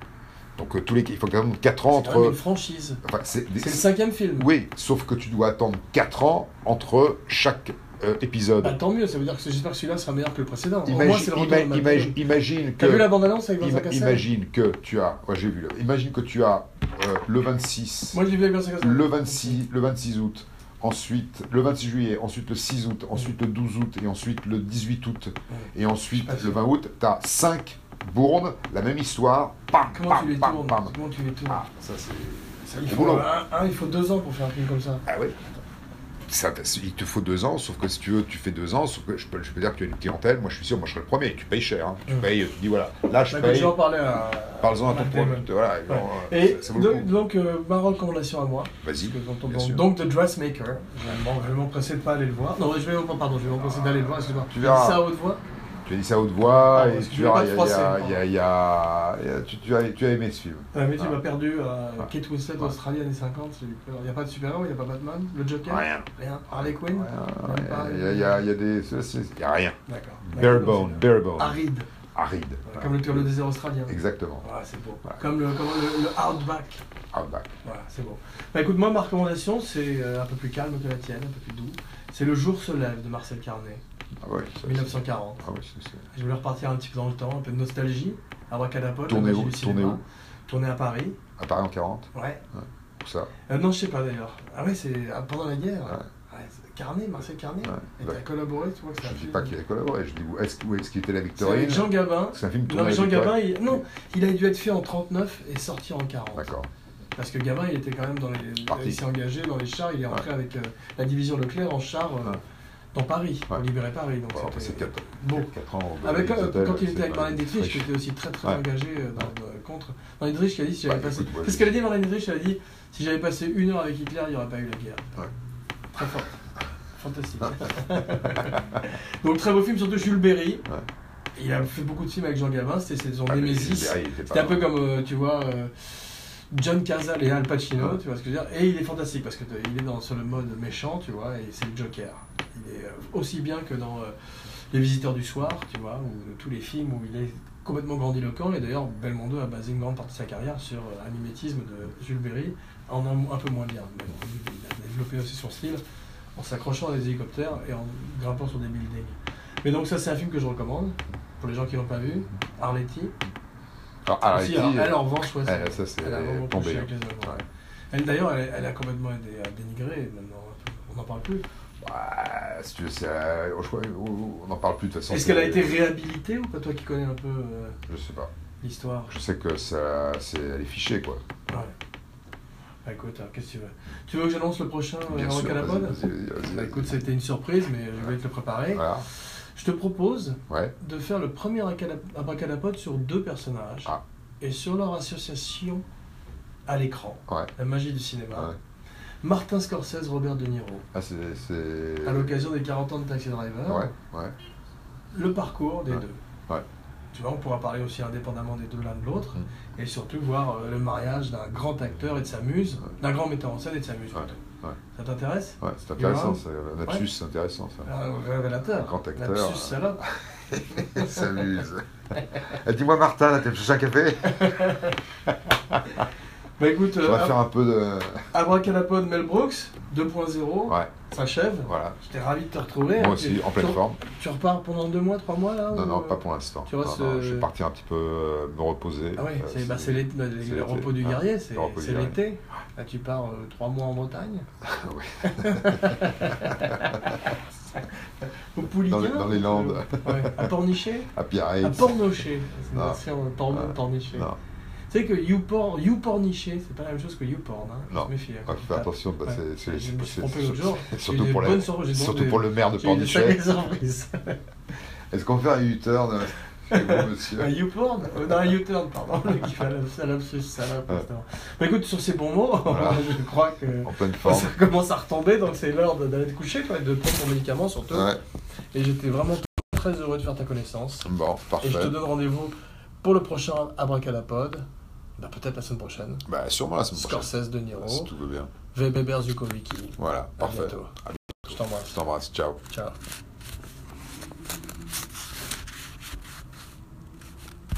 S2: Donc euh, tous les, il faut que tu attendes 4 ans
S1: C'est quand même une
S2: entre.
S1: franchise.
S2: Enfin, c'est des-
S1: C'est le cinquième film.
S2: Oui, sauf que tu dois attendre 4 ans entre chaque euh, épisode.
S1: Bah, tant mieux, ça veut dire que j'espère que celui-là sera meilleur que le précédent. Ah, Au moins,
S2: Imagine,
S1: c'est le retour
S2: ima-
S1: de Matt
S2: imagine-
S1: Damon.
S2: imagine que
S1: T'as vu la bande-annonce avec Vincent
S2: ima-
S1: Cassel
S2: imagine que tu as ouais, j'ai vu là. imagine que tu as euh, le 26
S1: Moi, je l'ai vu avec Vincent Cassel.
S2: le 26 le 26 août ensuite le 26 juillet ensuite le 6 août ensuite le 12 août et ensuite le 18 août et ensuite
S1: Je sais pas
S2: le 20 août tu as 5 bournes la même histoire pam
S1: Comment
S2: pam
S1: tu les
S2: pam
S1: tournes
S2: pam
S1: Comment tu les tournes
S2: ah ça c'est
S1: il,
S2: c'est
S1: faut
S2: boulot
S1: un, un, il faut deux ans pour faire un film comme ça.
S2: Ah oui. Ça, t- il te faut deux ans, sauf que si tu veux, tu fais deux ans, sauf que je peux, je peux dire que tu as une clientèle, moi je suis sûr, moi je serai le premier, tu payes cher, hein. tu
S1: Mm.
S2: payes, tu dis voilà, là je
S1: Bah,
S2: paye,
S1: je vais en parler à.
S2: parle-en à ton
S1: Matt Damon.
S2: producteur, voilà,
S1: Ouais.
S2: genre, euh,
S1: Et
S2: ça, ça vaut le
S1: donc,
S2: coup.
S1: donc euh, ma recommandation à moi,
S2: Vas-y,
S1: parce que j'entends
S2: bien
S1: donc-
S2: sûr.
S1: donc The Dressmaker, je vais m'en- je vais m'empresser de pas aller le voir. Non, je vais, pardon, je vais m'empresser d'aller le voir, excuse-moi.
S2: Tu verras.
S1: Dis ça à haute voix.
S2: tu J'ai dit ça à haute voix
S1: Ah,
S2: et
S1: parce que
S2: tu
S1: je voulais pas
S2: verras,
S1: te
S2: il y a-
S1: froisser,
S2: il y a- il y a- il y a- il y a- tu- tu as tu as aimé ce film.
S1: Ouais, Euh, mais tu
S2: Ah.
S1: m'as perdu à
S2: Ah.
S1: Kate Winslet
S2: Ah.
S1: Australie années 50, j'ai eu peur. Il n'y a pas de super-héros, il n'y a pas Batman, le Joker
S2: Rien.
S1: Rien. Harley Quinn
S2: Rien,
S1: Même pas. euh,
S2: rien. Il y a- il y a il y a des. ceux-là, c'est- Il n'y a rien.
S1: D'accord.
S2: Bare
S1: D'accord,
S2: bone,
S1: c'est-
S2: bare bone.
S1: Aride,
S2: Aride.
S1: comme le cœur le désert australien.
S2: Exactement. Ah,
S1: Voilà, c'est beau.
S2: Ouais.
S1: Comme, le, comme le, le Outback.
S2: Outback.
S1: Voilà, c'est beau. Bah écoute, moi, ma recommandation, c'est euh, un peu plus calme que la tienne, un peu plus doux. C'est Le jour se lève de Marcel Carnet,
S2: Ah ouais, ça, c'est-
S1: 1940.
S2: Ah ouais, ça, c'est-
S1: Je voulais repartir un petit peu dans le temps, un peu de nostalgie. Abracadapod, la
S2: Tourné
S1: magie du
S2: où Tourné
S1: cinéma.
S2: où
S1: Tourné à Paris.
S2: À Paris en 40
S1: Ouais.
S2: Pour ça
S1: Euh, non, je sais pas d'ailleurs. Ah ouais, c'est ah, pendant la guerre.
S2: Ouais.
S1: Ouais, c'est- Carnet, Marcel Carnet.
S2: Ouais.
S1: Et
S2: Bah,
S1: t'as collaboré, tu vois que ça
S2: Je
S1: a
S2: ne dis
S1: fait-
S2: pas qu'il a collaboré. Je dis où est-ce où est-ce qu'il était la
S1: C'est avec
S2: Victorine
S1: Jean Gabin.
S2: C'est un film tourné
S1: Non, mais
S2: à
S1: Jean
S2: la
S1: Gabin,
S2: Victorine.
S1: il... non, il a dû être fait en 39 et sorti en 40.
S2: D'accord.
S1: Parce que Gabin, il était quand même dans les.
S2: Parti.
S1: Il s'est engagé dans les chars, il est rentré
S2: Ouais.
S1: avec euh, la division Leclerc en char euh,
S2: Ouais.
S1: dans Paris, pour
S2: Ouais.
S1: libérer Paris. Donc
S2: Bon, C'est
S1: c'était
S2: 4
S1: beau.
S2: ans. de-
S1: Avec,
S2: des
S1: euh,
S2: hôtels,
S1: quand il
S2: c'est
S1: était avec
S2: pas-
S1: Marlène Dietrich,
S2: fraîche.
S1: qui était aussi très très
S2: Ouais.
S1: engagée euh, dans- euh, contre. Marlène Dietrich qui a dit si j'avais
S2: Bah,
S1: passé.
S2: écoute, ouais,
S1: C'est ce qu'elle a dit Marlène Dietrich, elle a dit si j'avais passé une heure avec Hitler, il n'y aurait pas eu la guerre.
S2: Ouais.
S1: Très fort.
S2: <laughs>
S1: Fantastique. Donc très beau film, surtout Jules Berry.
S2: Ouais.
S1: Il a fait beaucoup de films avec Jean Gabin, c'était c'était son
S2: Ah, mais
S1: Némésis.
S2: Gilbert, il était pas
S1: C'était un peu
S2: mal.
S1: comme, euh, tu vois, euh, John Cazale et Al Pacino,
S2: Ouais.
S1: tu vois ce que je veux dire. Et il est fantastique parce que t'as- il est dans sur le mode méchant, tu vois, et c'est le Joker. Il est euh, aussi bien que dans euh, Les Visiteurs du Soir, tu vois, ou de tous les films où il est complètement grandiloquent. Et d'ailleurs, Belmondo a basé une grande partie de sa carrière sur euh, un mimétisme de Jules Berry, en un, un peu moins bien. Mais bon, lui, il a développé aussi son style en s'accrochant à des hélicoptères et en grimpant sur des buildings. Mais donc ça, c'est un film que je recommande pour les gens qui l'ont pas vu. Arletty.
S2: Alors, Arletty,
S1: Aussi, hein. alors, elle en revanche, ouais,
S2: elle, Ah, ça, c'est
S1: elle a vraiment
S2: tombé,
S1: couché
S2: hein.
S1: avec les Allemands.
S2: Ouais.
S1: Elle d'ailleurs, elle, elle a complètement été euh, dénigrée. Maintenant, on n'en parle plus.
S2: Bah, si tu veux, c'est, euh, je crois- on n'en parle plus de toute façon.
S1: Est-ce qu'elle a été réhabilitée ou pas toi qui connais un peu euh,
S2: Je sais pas.
S1: l'histoire
S2: Je sais que ça, c'est, elle est fichée, quoi.
S1: Ouais. Bah, écoute, alors, qu'est-ce que tu veux Tu veux que j'annonce le prochain euh, Rock à la
S2: vas-y,
S1: bonne
S2: vas-y, vas-y,
S1: Bah,
S2: vas-y.
S1: écoute, c'était une surprise, mais euh, je vais te le préparer.
S2: Voilà.
S1: Je te propose
S2: Ouais.
S1: de faire le premier acala- abracadapod sur deux personnages
S2: Ah.
S1: et sur leur association à l'écran.
S2: Ouais.
S1: La magie du cinéma.
S2: Ouais.
S1: Martin Scorsese, Robert De Niro.
S2: Ah, c'est, c'est.
S1: À l'occasion des 40 ans de Taxi Driver.
S2: Ouais, ouais.
S1: le parcours des
S2: Ouais.
S1: deux.
S2: Ouais.
S1: Tu vois, on pourra parler aussi indépendamment des deux l'un de l'autre,
S2: Mm.
S1: et surtout voir euh, le mariage d'un grand acteur et de sa muse,
S2: Ouais.
S1: d'un grand metteur en scène et de sa muse.
S2: Ouais,
S1: plutôt.
S2: ouais.
S1: Ça t'intéresse
S2: Ouais, c'est intéressant,
S1: Yoram
S2: ça. Lapsus,
S1: Ouais.
S2: c'est intéressant, ça.
S1: Un révélateur.
S2: Un grand acteur. euh,
S1: Lapsus salope.
S2: Elle s'amuse. Eh, Dis-moi, Martin, là, t'es me chercher
S1: <laughs>
S2: un café
S1: Bah écoute,
S2: On va
S1: euh,
S2: faire un peu de.
S1: Abracadapod Mel Brooks 2.0
S2: Ouais,
S1: s'achève.
S2: voilà.
S1: J'étais ravi de te retrouver.
S2: Moi
S1: hein,
S2: aussi,
S1: tu-
S2: en pleine
S1: tu-
S2: forme.
S1: Tu repars pendant deux mois, trois mois là
S2: Non,
S1: ou-
S2: non, pas pour l'instant.
S1: tu restes,
S2: Non, non, Je
S1: euh,
S2: vais partir un petit peu euh, me reposer.
S1: Ah ouais,
S2: Euh,
S1: c'est bah, c'est l'été- bah,
S2: c'est
S1: le
S2: l'été.
S1: repos du
S2: Ouais,
S1: guerrier, c'est
S2: le repos du
S1: c'est
S2: guerrier. Ah
S1: l'été. Là, tu pars euh, trois mois en
S2: <laughs>
S1: Bretagne. <laughs> Au Pouliguen.
S2: Dans les- dans les Landes.
S1: euh, ouais, À
S2: <laughs>
S1: Pornichet
S2: À Pirates.
S1: À Pornochet. C'est
S2: Non.
S1: ancien Porn-
S2: Ouais.
S1: Pornichet.
S2: Non,
S1: Tu sais que YouPorn, YouPornichet, c'est pas la même chose que YouPorn. Hein.
S2: Non.
S1: Je me méfie. hein,
S2: faut
S1: quand
S2: faire
S1: tu
S2: attention. bah,
S1: Ouais.
S2: c'est- c'est-
S1: Je me suis
S2: c'est-
S1: trompé l'autre
S2: c'est-
S1: jour.
S2: c'est
S1: J'ai eu
S2: Surtout
S1: des
S2: pour, la-
S1: bonnes soirées, j'ai demandé-
S2: surtout pour le maire de
S1: tapes. J'ai eu des
S2: Pornichet.
S1: sacrées surprises.
S2: Est-ce qu'on fait un U-turn
S1: <laughs>
S2: chez vous, monsieur
S1: Un YouPorn euh, Non, un U-turn, pardon, <laughs> le qui fait la salope, ce salope,
S2: Ouais.
S1: etc. Bah écoute, sur ces bons mots, <laughs>
S2: Voilà.
S1: je crois que
S2: En pleine forme.
S1: ça commence à retomber, donc c'est l'heure de- d'aller te coucher, toi, et de prendre ton médicament surtout.
S2: Ouais,
S1: Et j'étais vraiment très heureux de faire ta connaissance.
S2: bon,
S1: Et je te
S2: parfait.
S1: donne rendez-vous pour le prochain Abracadapod. Bah, peut-être la semaine prochaine.
S2: Bah, sûrement la semaine prochaine.
S1: Scorsese, De Niro,
S2: Si tout va bien.
S1: VB Berzukovicki.
S2: Voilà,
S1: À
S2: parfait.
S1: bientôt.
S2: À bientôt.
S1: Je t'embrasse.
S2: Je t'embrasse, ciao.
S1: Ciao.